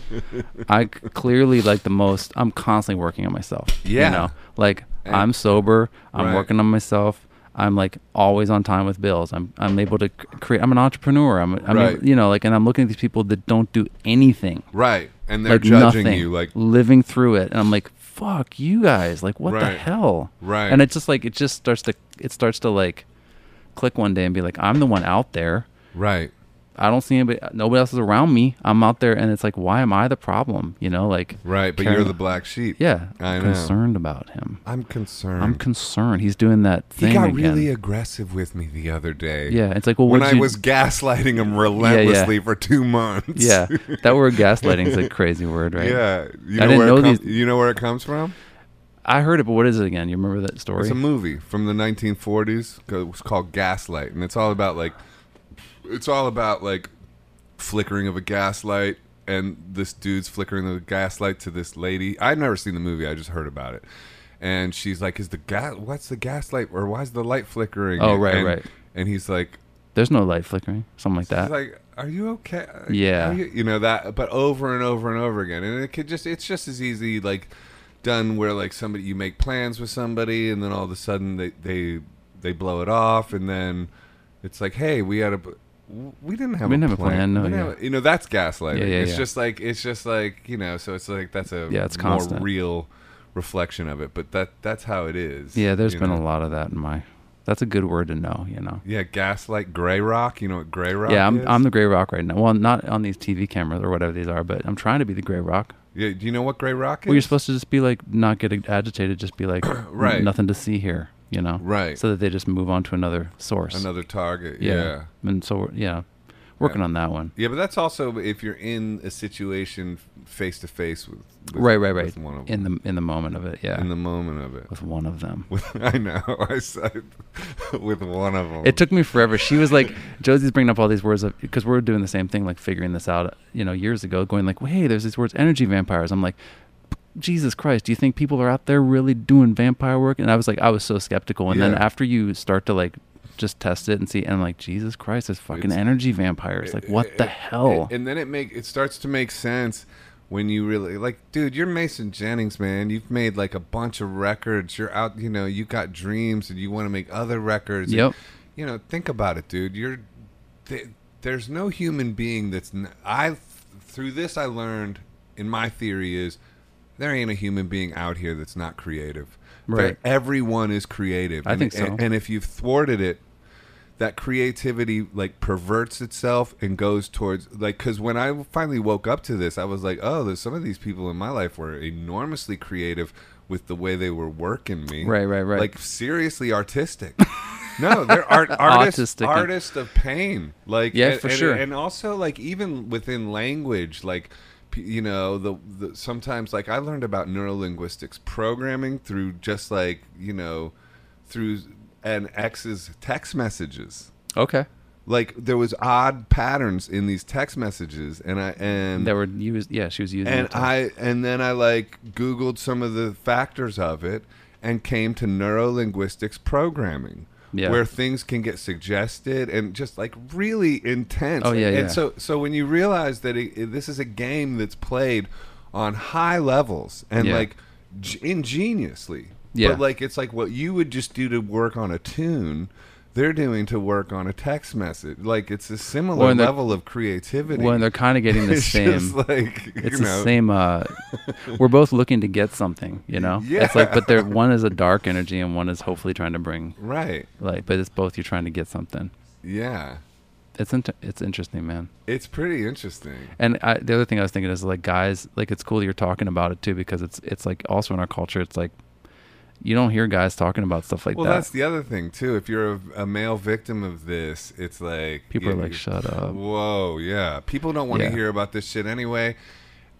I c- clearly like the most. I'm constantly working on myself. Yeah. you know, like And- I'm sober. I'm Right. working on myself. I'm like always on time with bills. I'm I'm able to c- create. I'm an entrepreneur. I'm, I'm Right. you know like and I'm looking at these people that don't do anything. Right, and they're like judging nothing, you like living through it, and I'm like, fuck you guys, like what the Right. hell, Right. And it's just like it just starts to it starts to like click one day and be like, I'm the one out there. right. I don't see anybody. Nobody else is around me. I'm out there, and it's like, why am I the problem? You know, like Right, but Karen- you're the black sheep. yeah, I know. concerned about him. I'm concerned. I'm concerned. He's doing that thing he got again. really aggressive with me the other day. yeah, it's like, well, When what'd I you- was gaslighting him relentlessly for two months. yeah, that word gaslighting is a crazy word, right? yeah. You know I didn't where know it com- these- You know where it comes from? I heard it, but what is it again? You remember that story? It's a movie from the 1940s. co- It was called Gaslight, and it's all about like, it's all about like, flickering of a gaslight, and this dude's flickering of a gaslight to this lady. I'd never seen the movie. I just heard about it, and she's like, "Is the gas? What's the gaslight? Or why's the light flickering?" Oh, right, And- right. And he's like, There's no light flickering, something like that. He's like, "Are you okay?" Uh, Yeah. Are you, you know that, but over and over and over again, and it could just—it's just as easy like done where like somebody you make plans with somebody, and then all of a sudden they they they blow it off, and then it's like, "Hey, we had a." We didn't have We a didn't plan. have a plan, no, We didn't yeah. have a- you know that's gaslighting. Yeah, yeah, it's yeah. just like it's just like you know. So it's like that's a Yeah, it's more constant. real reflection of it. But that that's how it is. yeah, there's there's been a lot of that in my That's a good word to know, you know. Yeah, Gaslight Grey Rock. You know what Grey Rock yeah, I'm is? I'm the gray rock right now. Well, not on these TV cameras or whatever these are, but I'm trying to be the gray rock. yeah, do you know what Grey Rock is? Well, you're supposed to just be like not get agitated, just be like Right. nothing to see here, you know. Right. So that they just move on to another source. Another target. yeah. yeah. And so we're- yeah, working on that one. Yeah, but that's also if you're in a situation face to face with with- right, right, right. with one of in them. the in the moment of it, yeah. in the moment of it. with one of them. With, I know. I said with one of them. It took me forever. She was like, Josie's bringing up all these words because we're doing the same thing, like figuring this out, you know, years ago, going like, well, hey, there's these words, energy vampires. I'm like, Jesus Christ, do you think people are out there really doing vampire work? And I was like, I was so skeptical. And then Yeah. after you start to like just test it and see, and I'm like, Jesus Christ, there's fucking It's- energy vampires. Like, what the hell? and then it make it starts to make sense when you really like, dude, you're Mason Jennings, man. You've made like a bunch of records. You're out, you know, you got dreams, and you want to make other records. and, Yep. you know, think about it, dude. You're th- there's no human being that's n- I through this I learned in my theory is there ain't a human being out here that's not creative. There- Right. everyone is creative. I and, think so. And, and if you've thwarted it, that creativity like perverts itself and goes towards like because when I finally woke up to this, I was like, oh, there's some of these people in my life were enormously creative with the way they were working me. Right, right, right. Like seriously artistic. no, they're art artists, Autistic and- artists of pain. Like Yeah, and- for and- sure. And also like even within language, like p- you know the, the sometimes like I learned about neurolinguistics programming through just like you know through an ex's text messages. okay. Like there was odd patterns in these text messages, and I and That were used. Yeah, she was using and it to- I and then I like Googled some of the factors of it and came to neurolinguistics programming. Yeah. Where things can get suggested and just like really intense. Oh, yeah, and, yeah. so so when you realize that it, it- this is a game that's played on high levels and Yeah. like g- ingeniously, Yeah. but like it's like what you would just do to work on a tune, they're doing to work on a text message. Like it's a similar Well, and they're- level of creativity. Well, and they're kind of getting the it's same. just like you it's know. the same uh we're both looking to get something you know it's like but they're one is a dark energy and one is hopefully trying to bring Right. like but it's both you're trying to get something Yeah. it's int- it's interesting man It's pretty interesting. and I, the other thing i was thinking is like guys like it's cool you're talking about it too because it's it's like also in our culture it's like you don't hear guys talking about stuff like Well, that that's the other thing too. If you're a, a male victim of this, it's like people are you- like shut up Whoa, yeah. People don't want to Yeah. hear about this shit anyway.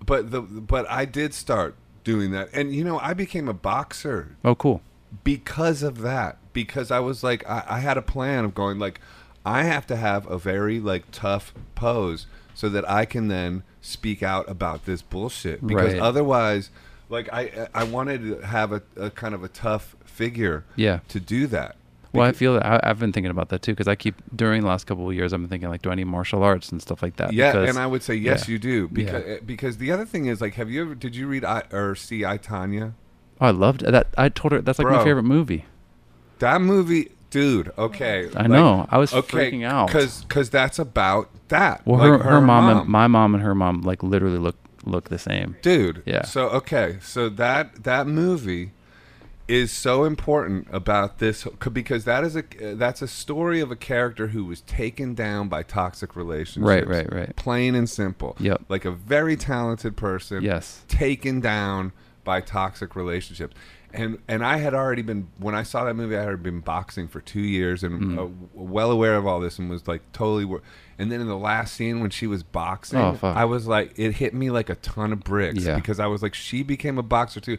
But the but I did start doing that, and you know I became a boxer oh cool because of that because i was like I, I had a plan of going like i have to have a very like tough pose so that i can then speak out about this bullshit because Right. otherwise like i i wanted to have a, a kind of a tough figure Yeah. to do that Well, I feel that I, I've been thinking about that too because I keep during the last couple of years I've been thinking like, do I need martial arts and stuff like that? yeah Uh, because, and i would say yes yeah. you do Yeah. because eh, because the other thing is like have you ever did you read I, or see i tanya Oh, I loved that. I told her that's like Bro. my favorite movie. that movie dude okay I like, know. I was freaking out. because because that's about that well, Like, her, her, mom, and my mom and her mom like literally look look the same. dude Yeah. so okay so that that movie is so important about this c- because that is a that's a story of a character who was taken down by toxic relationships Right, right, right. plain and simple Yep. like a very talented person Yes. taken down by toxic relationships and and i had already been when i saw that movie i had been boxing for two years and Mm-hmm. uh, w- well aware of all this and was like totally wor- and then in the last scene when she was boxing Oh, fuck. i was like it hit me like a ton of bricks Yeah. because i was like she became a boxer too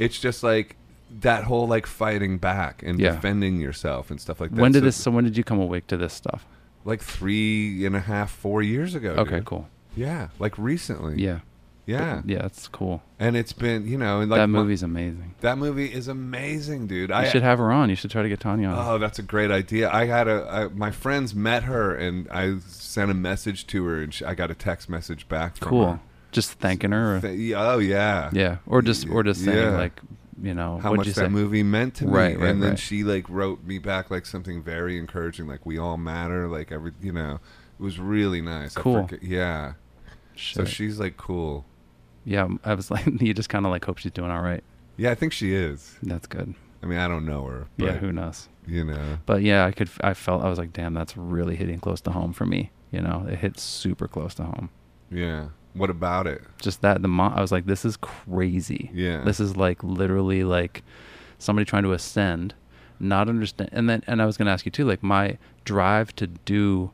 it's just like that whole like fighting back and Yeah. defending yourself and stuff like that When did So, this? So when did you come awake to this stuff? like three and a half four years ago Okay, dude. cool. yeah like recently Yeah, yeah yeah, that's cool. and it's been you know and like that my- movie's amazing. that movie is amazing, dude. You I should have her on. You should try to get Tanya on. Oh, that's a great idea. I had a I, my friends met her and I sent a message to her and she, I got a text message back from cool. Just thanking her. her. Or, Th- yeah, oh yeah. yeah, or just or just saying Yeah. like, you know, How what'd much you that say? movie meant to me. Right, right, and then right. she like wrote me back like something very encouraging like we all matter like every you know. It was really nice. I Cool. forget- yeah. So Shit. she's like cool. yeah, I was like, you just kind of like hope she's doing all right. Yeah, I think she is. That's good. I mean, I don't know her, but yeah, who knows? you know, But yeah, I could. I felt I was like, damn, that's really hitting close to home for me. You know, it hit super close to home. yeah. What about it? Just that the mo- I was like, this is crazy. Yeah. This is like literally like somebody trying to ascend, not understand. And then, and I was going to ask you too, like my drive to do,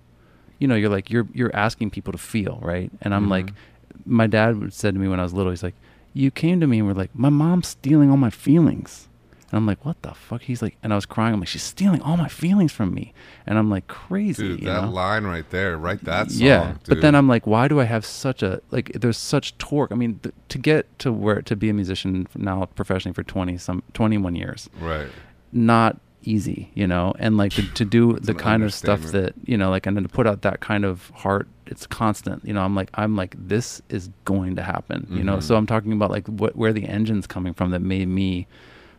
you know, you're like, you're, you're asking people to feel right. And I'm like, Mm-hmm. my dad would- said to me when I was little, he's like, you came to me and were like, my mom's stealing all my feelings. And I'm like, what the fuck? He's like, and I was crying. I'm like, she's stealing all my feelings from me. And I'm like, crazy. Dude, you that know? line right there, write that song. yeah but then dude. i'm like why do i have such a like there's such torque i mean th- to get to where to be a musician now professionally for 20 some 21 years right. not easy you know and like to, to do the an kind of stuff that understatement. you know like and then to put out that kind of heart it's constant you know i'm like i'm like this is going to happen you know Mhm. so i'm talking about like what where the engine's coming from that made me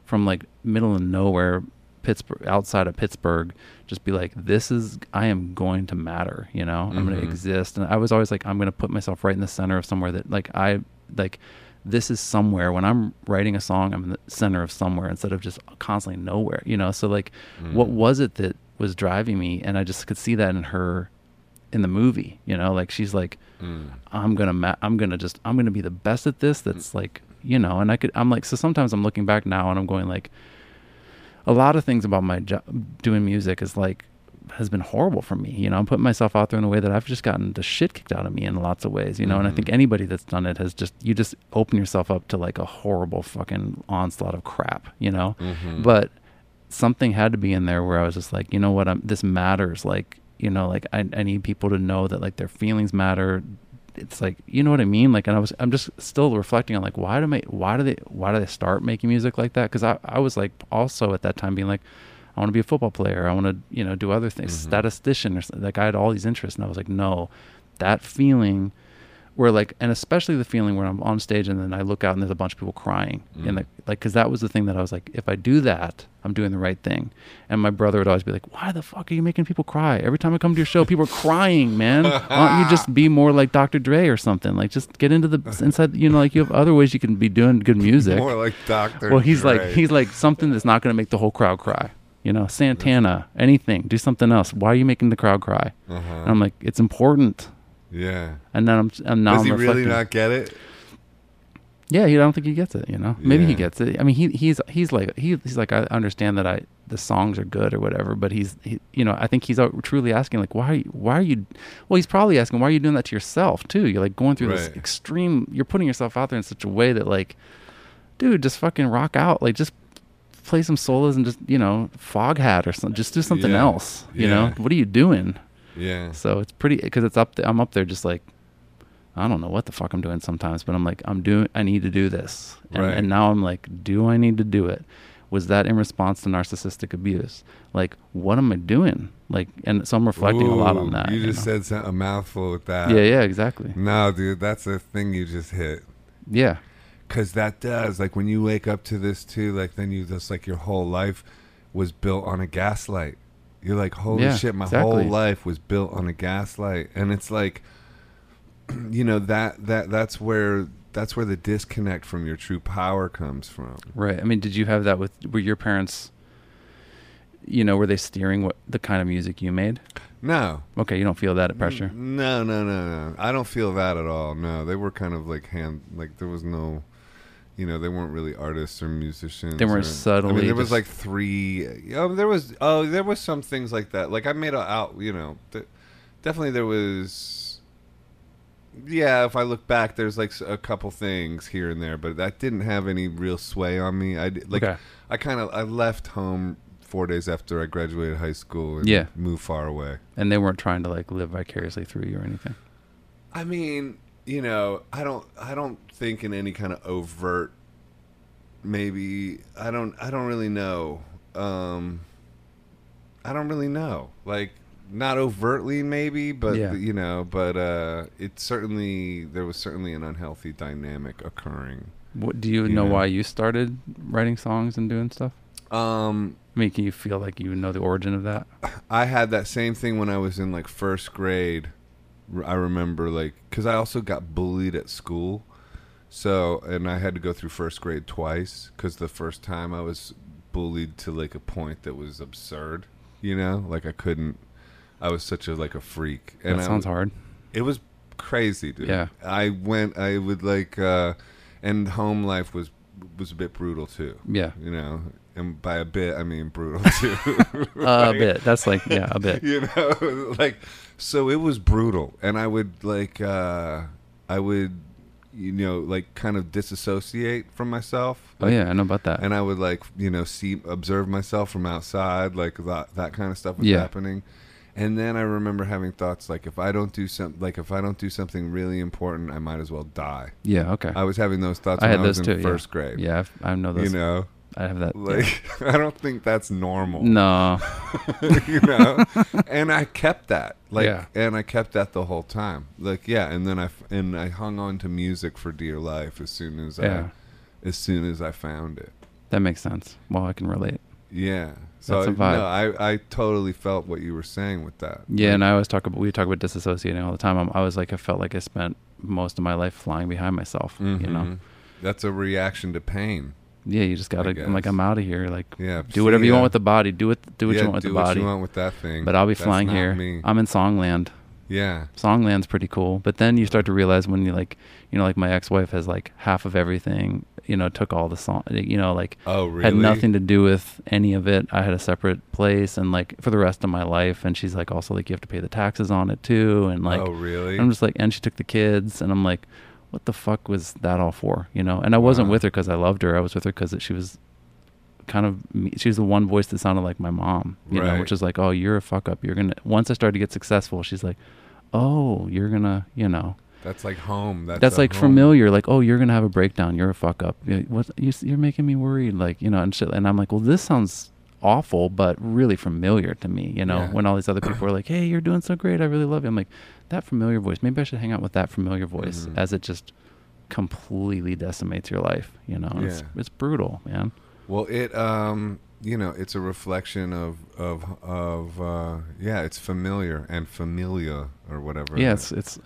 from like middle of nowhere pittsburgh outside of pittsburgh just be like this is i am going to matter you know i'm going to Mhm. exist and i was always like i'm going to put myself right in the center of somewhere that like i like this is somewhere when i'm writing a song i'm in the center of somewhere instead of just constantly nowhere you know so like what was it that was driving me and i just could see that in her in the movie you know like she's like i'm gonna ma- i'm gonna just i'm gonna be the best at this that's like you know and i could i'm like so sometimes i'm looking back now and i'm going like a lot of things about my job doing music is like has been horrible for me you know i'm putting myself out there in a way that i've just gotten the shit kicked out of me in lots of ways you know and i think anybody that's done it has just you just open yourself up to like a horrible fucking onslaught of crap you know but something had to be in there where I was just like, you know what, I'm, this matters. Like, you know, like I, I need people to know that like their feelings matter. It's like, you know what I mean? Like, and I was, I'm just still reflecting on like, why do I, why do they, why do they start making music like that? Cause I, I was like also at that time being like, I want to be a football player. I want to, you know, do other things, statistician or something. Like I had all these interests and I was like, no, that feeling where like, and especially the feeling where I'm on stage and then I look out and there's a bunch of people crying Mm. and like, like, cause that was the thing that I was like, if I do that, I'm doing the right thing. And my brother would always be like, why the fuck are you making people cry? Every time I come to your show, people are crying, man. Why don't you just be more like Dr. Dre or something? Like just get into the inside, you know, like you have other ways you can be doing good music. More like Doctor. Well, he's like he's like something that's not going to make the whole crowd cry. You know, Santana, anything, do something else. Why are you making the crowd cry? And I'm like, it's important. Uh-huh. yeah. And then I'm, I'm now Does he I'm reflecting. really not get it? yeah, he, I don't think he gets it. You know, maybe he Yeah. gets it. I mean, he he's he's like he, he's like I understand that I the songs are good or whatever, but he's he, you know I think he's out truly asking like why are you, why are you? Well, he's probably asking why are you doing that to yourself too? You're like going through this Right. extreme. You're putting yourself out there in such a way that like, dude, just fucking rock out. Like just play some solos and just you know fog hat or something. Just do something Yeah. else. You know Yeah. what are you doing? Yeah. So it's pretty because it's up. Th- I'm up there just like I don't know what the fuck I'm doing sometimes, but I'm like I'm doing. I need to do this, and, Right. and now I'm like, do I need to do it? Was that in response to narcissistic abuse? Like, what am I doing? Like, and so I'm reflecting a lot on Ooh, that. You you just know? said some, a mouthful with that. Mm. yeah, yeah, exactly. No, dude, that's a thing you just hit. Yeah, Cause that does like when you wake up to this too, like then you just like your whole life was built on a gaslight. You're like, holy Yeah, shit, my exactly. whole life was built on a gaslight, and it's like, you know that that that's where that's where the disconnect from your true power comes from. right. I mean, did you have that with were your parents? You know, were they steering what the kind of music you made? No, Okay, you don't feel that pressure. No, no, no, no. I don't feel that at all. No, they were kind of like hand, like there was no, you know, they weren't really artists or musicians. They weren't or- I subtly mean, there was just- like three. Oh, there was. Oh, there was some things like that. Like I made a out. You know, th- definitely there was. Yeah, if I look back, there's like s- a couple things here and there, but that didn't have any real sway on me. I d- like Okay. I kind of I left home four days after I graduated high school and Yeah. moved far away. And they weren't trying to like live vicariously through you or anything. I mean, you know, I don't I don't think in any kind of overt maybe I don't I don't really know. Um I don't really know. Like not overtly maybe, but Yeah. you know, but uh it certainly there was certainly an unhealthy dynamic occurring. What, do you You know know? why you started writing songs and doing stuff? Um I mean, can you feel like you know the origin of that? I had that same thing when I was in like first grade. R- I remember like because I also got bullied at school, so and I had to go through first grade twice because the first time I was bullied to like a point that was absurd. You know, like I couldn't. I was such a like a freak, and that I, sounds hard. it was crazy, dude. Yeah. I went. I would like, uh and home life was was a bit brutal too. Yeah, You know, and by a bit I mean brutal too. Uh, a bit. That's like yeah, a bit. you know like so it was brutal and i would like uh i would you know like kind of disassociate from myself Oh yeah, I know about that. and i would like you know see observe myself from outside like that, that kind of stuff was Yeah. happening and then i remember having thoughts like if i don't do some like if i don't do something really important i might as well die Yeah, okay. i was having those thoughts I when had i was those in too, yeah. first grade yeah, I've- I know you those. know I have that. yeah. like i don't think that's normal No, you know and i kept that like Yeah. and i kept that the whole time like yeah and then i f- and i hung on to music for dear life as soon as yeah, i as soon as i found it that makes sense. Well, I can relate. yeah so That's a I- vibe. no, I i totally felt what you were saying with that Yeah, and I always talk about we talk about disassociating all the time. I'm, I was like, I felt like I spent most of my life flying behind myself. You know? Mhm. that's a reaction to pain Yeah, you just gotta. I'm like, guess. I'm out of here. Like, yeah do whatever see you ya. want with the body. Do it. Do what Yeah, you want with do the what body. you want with that thing But I'll be That's flying not here. me. I'm in Songland. yeah Songland's pretty cool. But then you start to realize when you like, you know, like my ex-wife has like half of everything. You know, took all the song. You know, like oh really had nothing to do with any of it. I had a separate place and like for the rest of my life. And she's like, also like you have to pay the taxes on it too. And like, oh really I'm just like, and she took the kids, and I'm like, what the fuck was that all for? You know? And I wasn't Wow. with her because I loved her. I was with her because she was kind of me- she was the one voice that sounded like my mom. You know, Right. which is like, oh, you're a fuck up. You're gonna. Once I started to get successful, she's like, oh, you're gonna, you know, that's like home that's, that's a like home. familiar. Like, oh, you're gonna have a breakdown. You're a fuck up. You- What you, you're making me worried. Like, you know, and shit. And I'm like, well, this sounds awful, but really familiar to me. You know, Yeah. when all these other people are like, hey, you're doing so great. I really love you. I'm like, that familiar voice. Maybe I should hang out with that familiar voice Mhm. as it just completely decimates your life. You know, And it's Yeah. it's brutal, man. Well, it um, you know, it's a reflection of of of uh, yeah, it's familiar and familia or whatever. Yeah, it's it's.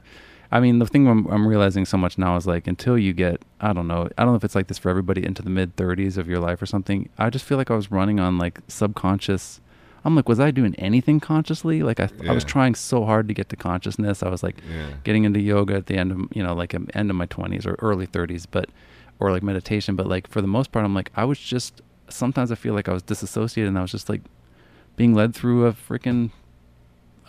I mean, the thing I'm, I'm realizing so much now is like until you get, I don't know, I don't know if it's like this for everybody into the mid 30s of your life or something. I just feel like I was running on like subconscious. I'm like, was I doing anything consciously? Like I, I was Yeah. trying so hard to get to consciousness. I was like yeah, getting into yoga at the end of, you know, like um, end of my 20s or early 30s, but or like meditation. But like for the most part, I'm like I was just. Sometimes I feel like I was disassociated and I was just like being led through a freaking.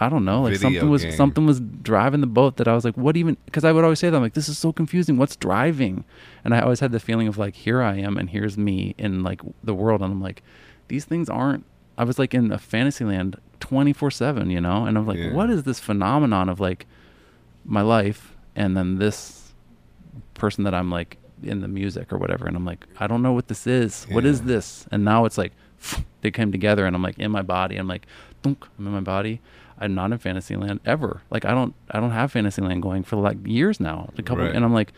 I don't know, like Video something was game. something was driving the boat that I was like, what even? Because I would always say that I'm like, this is so confusing. What's driving? And I always had the feeling of like, here I am and here's me in like the world, and I'm like, these things aren't. I was like in a fantasy land, twenty four seven, you know, and I'm like, Yeah. what is this phenomenon of like my life and then this person that I'm like in the music or whatever. And I'm like, I don't know what this is. What is Yeah. this? And now it's like they came together and I'm like in my body. I'm like, thunk, I'm in my body. I'm not in Fantasyland ever. Like I don't I don't have Fantasyland going for like years now. A couple Right. and I'm like,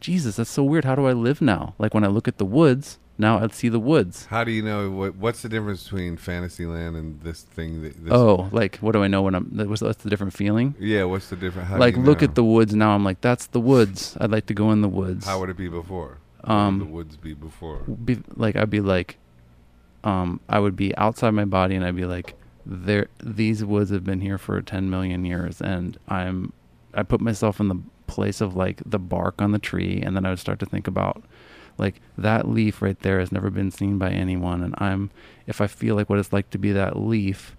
Jesus, that's so weird. How do I live now? Like when I look at the woods, now I see the woods. How do you know what what's the difference between Fantasyland and this thing? That, this, Oh, like what do I know when I'm that was that's the different feeling? yeah, what's the difference? How do Like you look know? at the woods now. I'm like, that's the woods. I'd like to go in the woods. How would it be before? How would um, the woods be before? be like I'd be like um I would be outside my body and I'd be like there these woods have been here for 10 million years and I'm I put myself in the place of like the bark on the tree and then I would start to think about like that leaf right there has never been seen by anyone and I'm if I feel like what it's like to be that leaf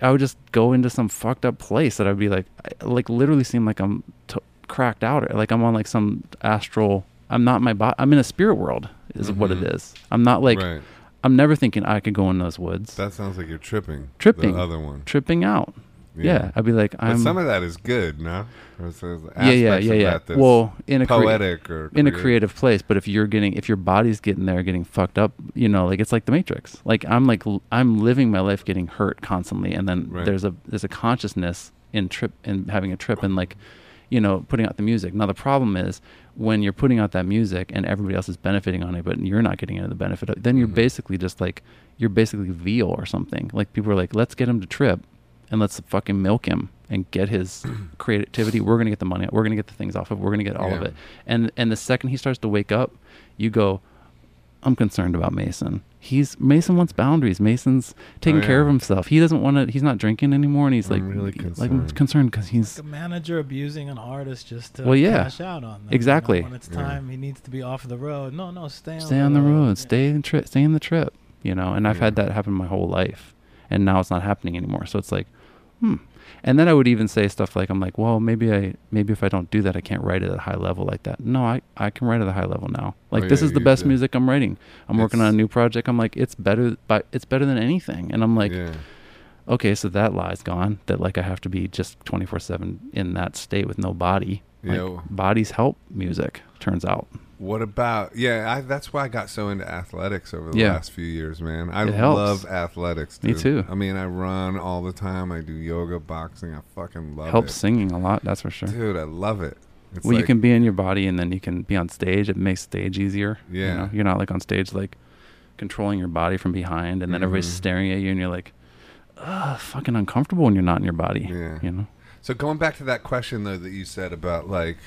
I would just go into some fucked up place that I'd be like, I, like literally seem like I'm t- cracked out or like I'm on like some astral. I'm not my body. I'm in a spirit world, is what it Mhm. is. I'm not like right. I'm never thinking I could go in those woods, That sounds like you're tripping. Tripping. The other one. tripping out. Yeah. I'd be like But I'm. some of that is good, no? There's- there's yeah, yeah, aspects yeah, of yeah. that that's Well, in a crea- poetic or in a creative place, but if you're getting if your body's getting there, getting fucked up, you know, like it's like the Matrix. Like I'm like l- I'm living my life getting hurt constantly, and then Right. there's a there's a consciousness in trip in having a trip and like you know putting out the music. Now the problem is when you're putting out that music and everybody else is benefiting on it, but you're not getting any of the benefit. Of, then you're Mhm. basically just like you're basically veal or something. Like people are like, let's get him to trip, and let's fucking milk him and get his creativity. We're gonna get the money. We're gonna get the things off of. We're gonna get all of Yeah. it. And and the second he starts to wake up, you go, I'm concerned about Mason. he's Mason wants boundaries. Mason's taking Oh, care yeah. of himself. He doesn't want to. He's not drinking anymore, and he's I'm like really like concerned. concerned because he's a manager abusing an artist just to Well, yeah. cash out on them. you know, Exactly. when it's Yeah. time, he needs to be off the road. No, no, stay on stay on the road, yeah. stay in trip, stay in the trip. You know, and I've had Yeah. that happen my whole life, and now it's not happening anymore. So it's like, hmm. And then I would even say stuff like, I'm like, well, maybe I maybe if I don't do that, I can't write at a high level like that. No, I I can write at a high level now. Like Oh, this yeah, is the you best did. music I'm writing. I'm working on a It's- new project. I'm like, it's better, but it's better than anything. And I'm like, yeah. okay, so that lie's gone. That like I have to be just 24 seven in that state with no body. Like, Yeah. Bodies help music. Turns out. What about yeah? I, that's why I got so into athletics over the Yeah. last few years, man. I It helps. love athletics. Me Dude. too. I mean, I run all the time. I do yoga, boxing. I fucking love helps it, singing a lot. That's for sure. dude. I love it. It's well, you like- can be in your body and then you can be on stage. It makes stage easier. You Yeah. know? You're not like on stage, like controlling your body from behind and then everybody's Mhm. staring at you and you're like, ugh, fucking uncomfortable when you're not in your body. Yeah. You know? So going back to that question though that you said about like,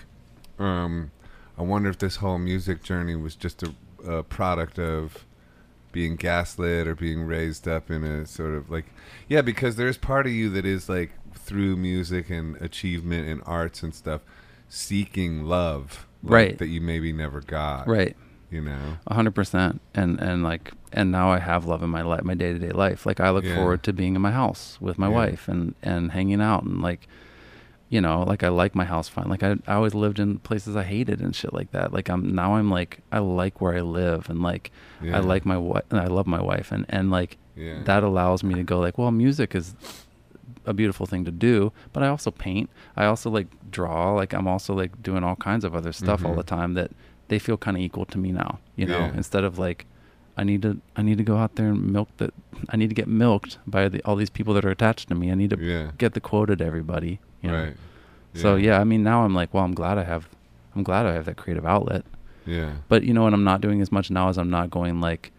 um, I wonder if this whole music journey was just a, a product of being gaslit or being raised up in a sort of like, yeah, because there's part of you that is like through music and achievement and arts and stuff, seeking love, like, Right. That you maybe never got, Right. You know, A hundred percent. And, and like, and now I have love in my life, my day to day life. Like I look Yeah. forward to being in my house with my Yeah. wife and, and hanging out and like, you know, like I like my house fine. Like I, I always lived in places I hated and shit like that. Like I'm now I'm like, I like where I live and like, Yeah. I like my wife and I love my wife and and like Yeah. that allows me to go like well music is a beautiful thing to do but I also paint I also like draw like I'm also like doing all kinds of other stuff all Mhm. the time that they feel kind of equal to me now you know Yeah. instead of like I need to I need to go out there and milk that I need to get milked by the, all these people that are attached to me I need to Yeah. get the quota to everybody you know? right? so yeah I mean now I'm like well I'm glad I have I'm glad I have that creative outlet yeah, but you know what I'm not doing as much now is I'm not going like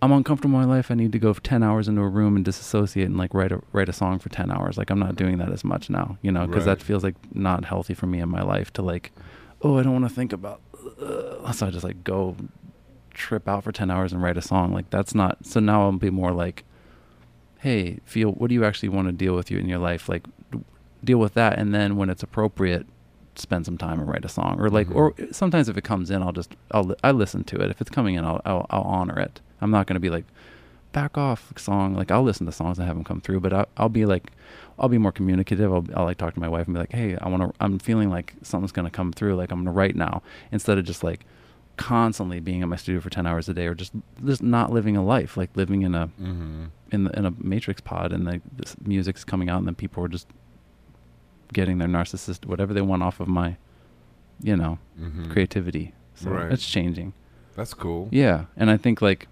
I'm uncomfortable in my life. I need to go for 10 hours into a room and disassociate and like write a write a song for 10 hours. Like I'm not doing that as much now, you know, cuz Right. that feels like not healthy for me in my life to like oh, I don't want to think about uh, so I just like go trip out for 10 hours and write a song. Like that's not so now I'll be more like hey, feel what do you actually want to deal with you in your life? Like d- deal with that and then when it's appropriate spend some time and write a song or like Mhm. or sometimes if it comes in i'll just i'll li- i listen to it if it's coming in i'll i'll, I'll honor it i'm not going to be like back off song like i'll listen to songs and have them come through but I, i'll be like i'll be more communicative I'll, I'll like talk to my wife and be like hey i want to i'm feeling like something's going to come through like i'm going to write now instead of just like constantly being in my studio for 10 hours a day or just just not living a life like living in a mm-hmm. in the, in a matrix pod and like this music's coming out and then people are just getting their narcissist whatever they want off of my you know Mm-hmm. creativity so Right. it's changing That's cool. yeah and i think like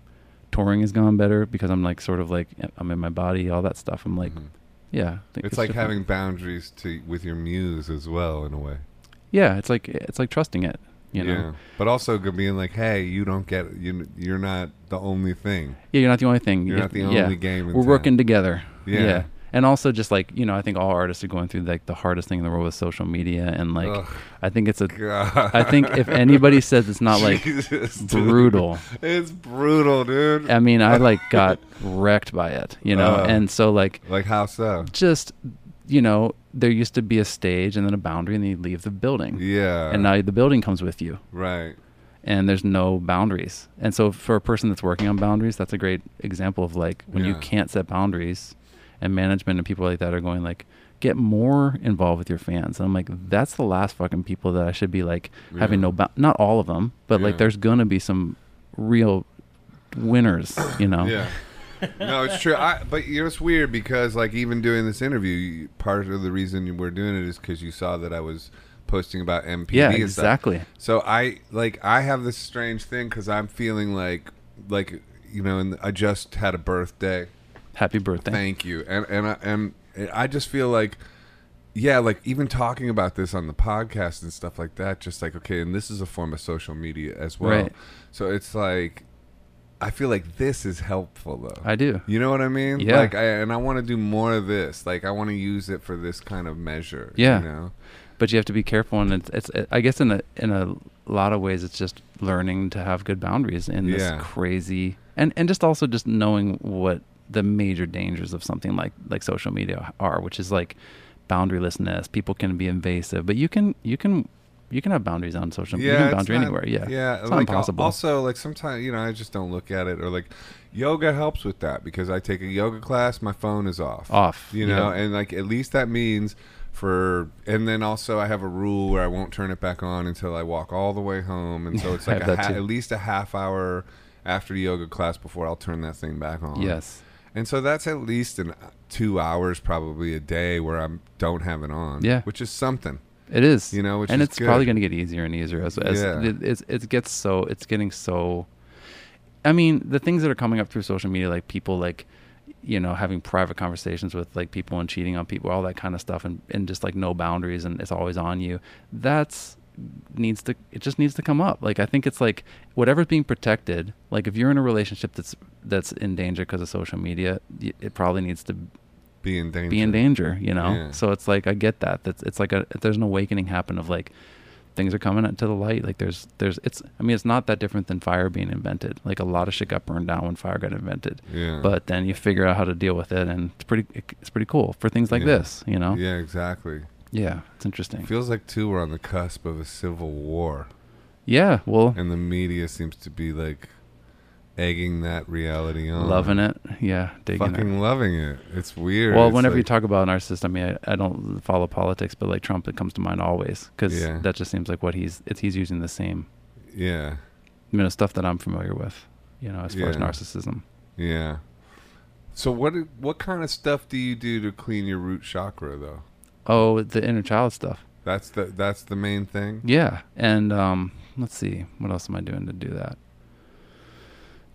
touring has gone better because i'm like sort of like i'm in my body all that stuff i'm like Mhm. yeah I think it's, like different. having boundaries to with your muse as well in a way. yeah it's like it's like trusting it you know yeah, But also could being like, hey, you don't get you. You're not the only thing. you're not the only thing You're If- not the yeah. only game. In we're town. working together. Yeah. And also just like, you know, I think all artists are going through like the hardest thing in the world with social media and like Ugh. I think it's a God. I think if anybody says it's not like Jesus, dude. brutal. It's brutal, dude. I mean, I like got wrecked by it, you know. Uh. and so like like how so? just you know, there used to be a stage and then a boundary and then you leave the building. Yeah. And now the building comes with you. right. and there's no boundaries. And so for a person that's working on boundaries, that's a great example of like when you Yeah. can't set boundaries and management and people like that are going like get more involved with your fans. And I'm like that's the last fucking people that I should be like having Yeah. no bou- not all of them, but Yeah. like there's going to be some real winners, you know. Yeah. no, it's true. I, but you know, it's weird because, like, even doing this interview, you- part of the reason you we're doing it is because you saw that I was posting about MPD. Yeah, and stuff. exactly. So I like I have this strange thing because I'm feeling like like you know, and I just had a birthday. Happy birthday. Thank you, and and I, and I just feel like yeah, like even talking about this on the podcast and stuff like that, just like okay, and this is a form of social media as well. Right. So it's like I feel like this is helpful though. I do. You know what I mean? Yeah. Like, I, and I want to do more of this. Like, I want to use it for this kind of measure. Yeah. You know? but you have to be careful and it's, it's i guess in a in a lot of ways it's just learning to have good boundaries in this Yeah. crazy and and just also just knowing what the major dangers of something like like social media are which is like boundarylessness people can be invasive but you can you can you can have boundaries on social media you can it's boundary not- anywhere yeah yeah. it's not like, al- impossible Also, like sometimes you know, I just don't look at it or like yoga helps with that because I take a yoga class, my phone is off. off you know and like at least that means for and then also i have a rule where i won't turn it back on until i walk all the way home and so it's I like have a that ha- too. at least a half hour after the yoga class before i'll turn that thing back on yes and so that's at least an uh, two hours probably a day where i don't have it on Yeah. which is something it is you know which and is it's probably good. going to get easier and easier as, as Yeah. it, it's, it gets so it's getting so i mean the things that are coming up through social media like people like you know having private conversations with like people and cheating on people all that kind of stuff and, and just like no boundaries and it's always on you that's needs to it just needs to come up like i think it's like whatever's being protected like if you're in a relationship that's that's in danger because of social media y- it probably needs to be in danger be in danger, you know? Yeah. So it's like I get that. That's it's like a there's an awakening happen of like things are coming into the light. Like there's there's it's I mean it's not that different than fire being invented. Like a lot of shit got burned down when fire got invented. yeah But then you figure out how to deal with it and it's pretty it's pretty cool for things like Yeah. this, you know? Yeah, yeah exactly it's interesting. feels like too we're on the cusp of a civil war Yeah, well and the media seems to be like egging that reality on loving it. Yeah, digging it. uh, fucking loving it. It's weird. Well, It's whenever you like- talk about narcissists, I mean, I, I don't follow politics, but like Trump, it comes to mind always because Yeah. that just seems like what he's it's he's using the same yeah, you know stuff that I'm familiar with, you know, as far as Yeah. narcissism. yeah. So what do- what kind of stuff do you do to clean your root chakra though? Oh, the inner child stuff. That's the that's the main thing. Yeah, and um, let's see, what else am I doing to do that?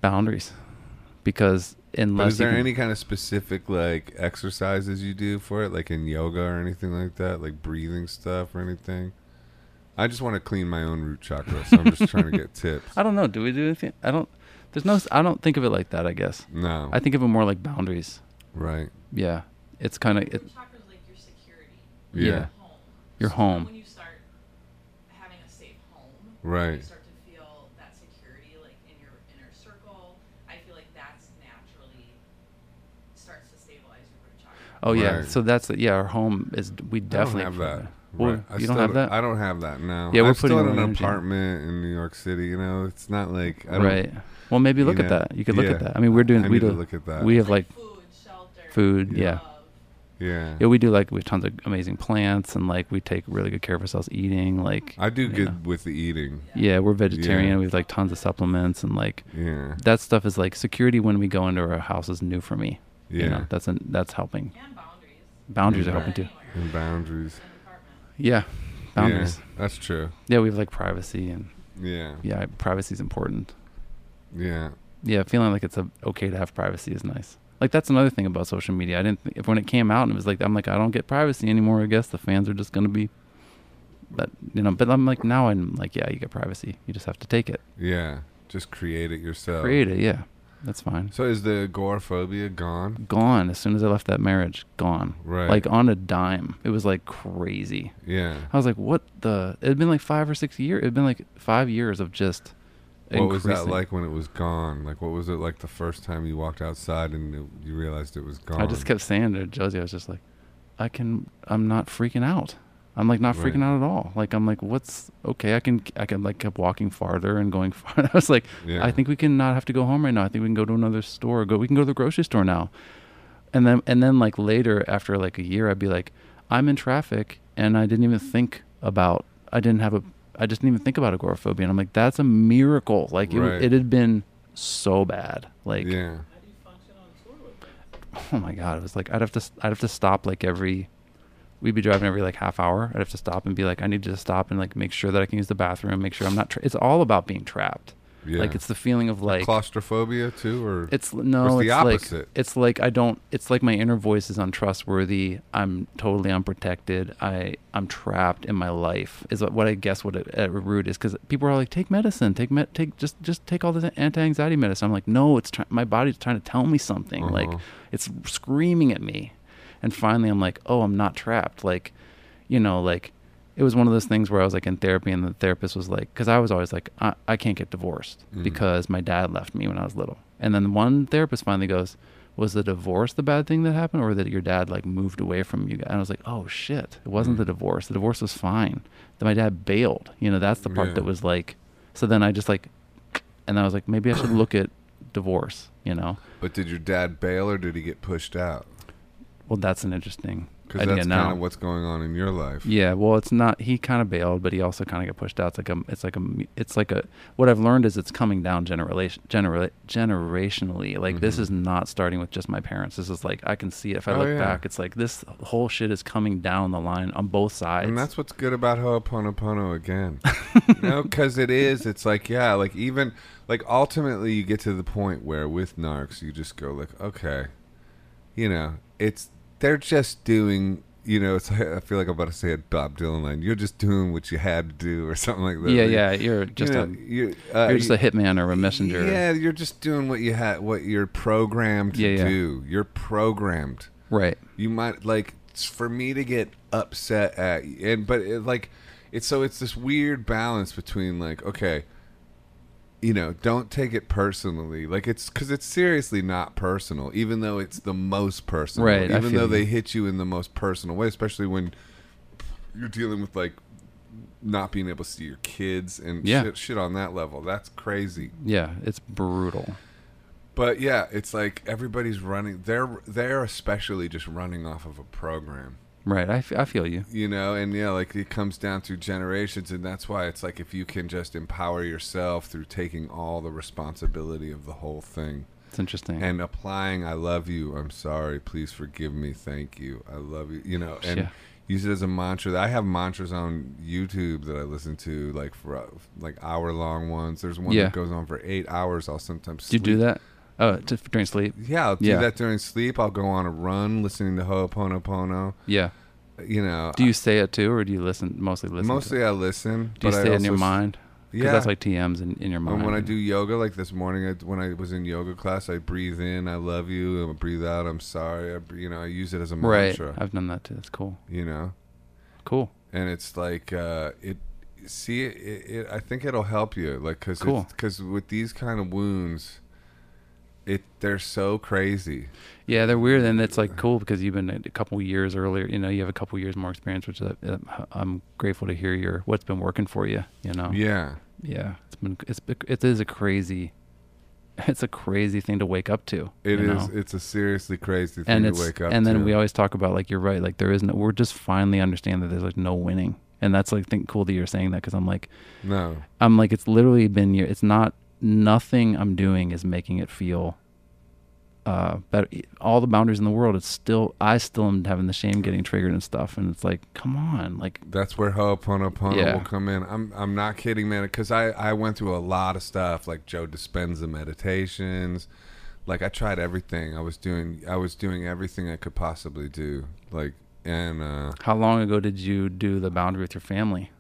Boundaries, because But unless is there you can- any kind of specific like exercises you do for it, like in yoga or anything like that, like breathing stuff or anything? I just want to clean my own root chakra, so I'm just trying to get tips. I don't know. Do we do anything? I don't. There's no. s- I don't think of it like that. I guess No, I think of it more like boundaries. right? Yeah, it's kind of it, Root chakra's like your security, Yeah, Yeah. home. your So then home. When you start having a safe home, Right. you start to feel that security, like in your inner circle. I feel like that's naturally starts to stabilize your root chakra. Oh yeah. Right. So that's yeah. Our home is. We definitely I don't have that. Well, Right. I you still don't have that. I don't have that now. Yeah, we're I'm still putting in our an energy. apartment in New York City. You know, it's not like I don't, right. Well, maybe you look at know, that. You could look yeah. at that. I mean, we're doing. I we need to do. look at that. We have like food, shelter, food. yeah. love. yeah. Yeah, we do like we have tons of amazing plants and like we take really good care of ourselves eating. Like I do you good know. with the eating. Yeah, we're vegetarian. Yeah. We have like tons of supplements and like Yeah. that stuff is like security when we go into our house is new for me. Yeah. You know, that's an, that's helping. and Boundaries boundaries. are Yeah. helping too. Anywhere, And boundaries. in an apartment. Yeah. Boundaries. Yeah, that's true. Yeah. we have like privacy and Yeah. yeah, privacy is important. Yeah. Yeah, feeling like it's a, okay to have privacy is nice. Like that's another thing about social media. I didn't think, if when it came out and it was like I'm like I don't get privacy anymore. I guess the fans are just gonna be, but you know. But I'm like now I'm like yeah, you get privacy. You just have to take it, Yeah. Just create it yourself. create it. Yeah, that's fine. So is the agoraphobia gone? Gone as soon as I left that marriage. Gone. Right. Like on a dime. It was like crazy. yeah. I was like, what the? It had been like five or six years. It had been like five years of just. What was that increasing. like when it was gone? Like, what was it like the first time you walked outside and it, you realized it was gone? I just kept saying to Josie, I was just like, I can, I'm not freaking out. I'm like not Right. freaking out at all. Like I'm like, what's okay? I can, I can like kept walking farther and going. Far. I was like, Yeah. I think we can not have to go home right now. I think we can go to another store. Go, we can go to the grocery store now. And then, and then like later after like a year, I'd be like, I'm in traffic and I didn't even think about. I didn't have a. I just didn't even think about agoraphobia. And I'm like, that's a miracle. Like it, w- Right. it had been so bad. Like yeah. How do you function on tour with that? oh my god it was like i'd have to s- i'd have to stop like every we'd be driving every like half hour i'd have to stop and be like i need to stop and like make sure that i can use the bathroom make sure i'm not tra- it's all about being trapped Yeah. like it's the feeling of like claustrophobia too, or it's no Or it's it's, the like opposite. it's like i don't it's like my inner voice is untrustworthy i'm totally unprotected i i'm trapped in my life is what i guess what it, at root is because people are like take medicine take med take just just take all this anti-anxiety medicine i'm like no it's try- my body's trying to tell me something like Uh-huh. it's screaming at me and finally i'm like oh i'm not trapped like you know like it was one of those things where I was like in therapy, and the therapist was like, because I was always like, I, I can't get divorced Mm. because my dad left me when I was little. And then one therapist finally goes, Was the divorce the bad thing that happened, or that your dad like moved away from you? And I was like, Oh shit, it Mm. wasn't the divorce. The divorce was fine. Then my dad bailed. You know, that's the part Yeah. that was like, so then I just like, and I was like, maybe I should look at divorce, you know? But did your dad bail or did he get pushed out? Well, that's an interesting Because idea that's now. kind of what's going on in your life. Yeah, well, it's not. He kind of bailed, but he also kind of got pushed out. It's like a, it's like a, it's like a. What I've learned is it's coming down generation, genera, generationally. Like this is not starting with just my parents. This is like I can see it if I Mm-hmm. Oh, look yeah. back. It's like this whole shit is coming down the line on both sides. And that's what's good about Ho'oponopono again. no, because it is. It's like, yeah, like even, like ultimately you get to the point where with narcs, you just go like, okay, you know, it's, they're just doing, you know, it's, I feel like I'm about to say a Bob Dylan line. You're just doing what you had to do or something like that. yeah, Like, yeah. You're you just know, a, you- uh, you're just you- a hitman or a messenger. Yeah, you're just doing what you had, what you're programmed to Yeah, yeah. do. You're programmed Right. you might like s- for me to get upset at and but it, like it's so it's this weird balance between like okay you know don't take it personally like it's because it's seriously not personal even though it's the most personal Right, I even feel though they you. hit you in the most personal way especially when you're dealing with like not being able to see your kids and Yeah. shit, shit on that level that's crazy Yeah. It's brutal. but yeah it's like everybody's running they're they're especially just running off of a program Right. I, f- I feel you. you know and yeah like it comes down through generations and that's why it's like if you can just empower yourself through taking all the responsibility of the whole thing It's interesting. and applying i love you i'm sorry please forgive me thank you i love you you know and Yeah. use it as a mantra i have mantras on youtube that i listen to like for uh, like hour long ones there's one Yeah. that goes on for eight hours i'll sometimes do you do sleep. that? Oh, to, during sleep. yeah i'll do Yeah. that during sleep i'll go on a run listening to ho'oponopono Yeah. you know Do you say it too, or do you listen mostly listen? to it? mostly i listen Do you but I stay in also your s- mind? 'Cause Yeah. that's like TMs in, in your mind. And when I do yoga, like this morning, I, when I was in yoga class, I breathe in, I love you, and I breathe out, I'm sorry. I, br- you know, I use it as a right, mantra. I've done that too. That's cool. You know, Cool. and it's like uh, it. See, it, it, I think it'll help you, like, cause Cool. it's- cause with these kind of wounds, it they're so crazy. Yeah, they're weird, and it's like cool because you've been a couple years earlier. You know, you have a couple years more experience, which uh, uh, I'm grateful to hear your what's been working for you. You know, Yeah, yeah, it's been it's been- it is a crazy, it's a crazy thing to wake up to. it you is. know? It's a seriously crazy thing and to it's wake up. and then to. we always talk about like you're right like there is no we're just finally understanding that there's like no winning and that's like think cool that you're saying that because I'm like no, I'm like, it's literally been year. It's not nothing I'm doing is making it feel uh better. All the boundaries in the world. It's still I still am having the shame getting triggered and stuff. And it's like, come on, like That's where Ho'oponopono Yeah. will come in. I'm I'm not kidding, man, because I, I went through a lot of stuff like Joe Dispenza meditations, like I tried everything. I was doing I was doing everything I could possibly do, like and uh, how long ago did you do the boundary with your family?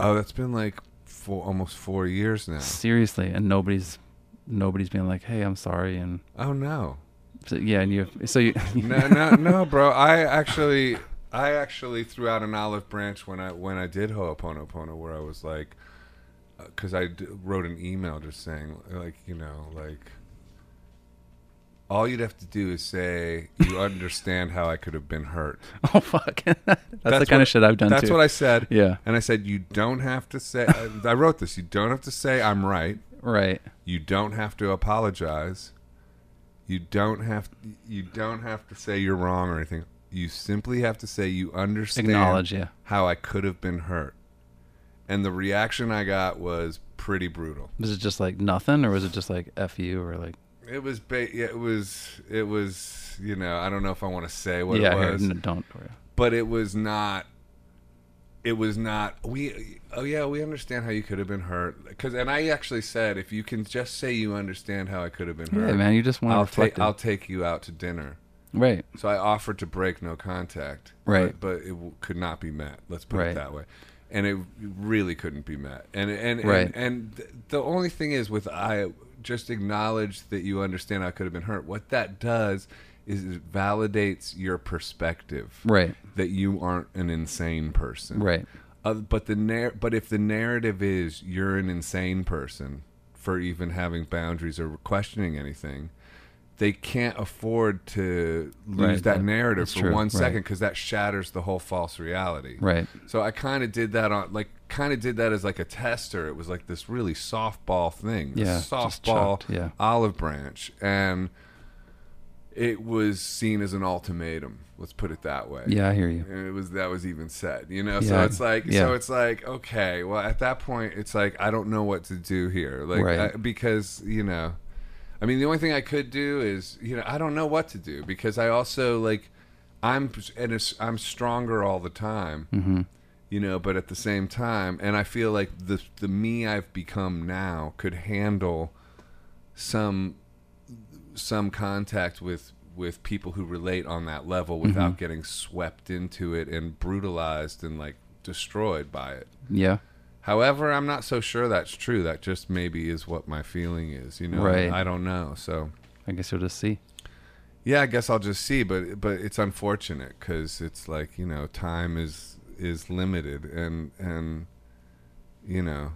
oh, that's been like four almost four years now. Seriously, and nobody's nobody's being like, hey, I'm sorry, and Oh no, so, yeah, and you so you no no no, bro. I actually I actually threw out an olive branch when I when I did Ho'oponopono, where I was like, because I d- wrote an email just saying like you know like. All you'd have to do is say you understand how I could have been hurt. oh fuck, that's, the kind what- of shit I've done. That's too. what I said. Yeah. And I said you don't have to say. I, I wrote this. You don't have to say I'm right. right. You don't have to apologize. You don't have. You don't have to say you're wrong or anything. You simply have to say you understand Acknowledge, yeah. how I could have been hurt. And the reaction I got was pretty brutal. Was it just like nothing, or was it just like f you, or like It was. Ba- yeah, it was. It was. You know. I don't know if I want to say what yeah, it here, was. n- don't. worry. but it was not it was not we oh yeah we understand how you could have been hurt because and i actually said if you can just say you understand how i could have been hurt Yeah, man, you just want to I'll, reflect. take it. I'll take you out to dinner Right. so i offered to break no contact Right. but, but it w- could not be met let's put it Right. that way and it really couldn't be met and and and, Right. and th- the only thing is with i just acknowledge that you understand i could have been hurt what that does is it validates your perspective Right. that you aren't an insane person. Right. Uh, but the narr- but if the narrative is you're an insane person for even having boundaries or questioning anything, they can't afford to lose Right, that that- narrative that's for true, one right. second because that shatters the whole false reality. Right. So I kind of did that on like kind of did that as like a tester. It was like this really softball thing, this Yeah, just softball chucked, yeah. olive branch, and it was seen as an ultimatum. Let's put it that way. Yeah, I hear you. And it was that was even said, you know. So Yeah. it's like, so Yeah. it's like, okay, well, at that point, it's like I don't know what to do here, like Right. I- because you know, I mean, the only thing I could do is, you know, I don't know what to do because I also like, I'm and it's, I'm stronger all the time, Mm-hmm. you know, but at the same time, and I feel like the the me I've become now could handle some some contact with with people who relate on that level without Mm-hmm. getting swept into it and brutalized and like destroyed by it. Yeah. However, I'm not so sure that's true. That just maybe is what my feeling is, you know. Right. I don't know. So, I guess you'll just see. yeah, I guess I'll just see, but but it's unfortunate cuz it's like, you know, time is is limited and and you know,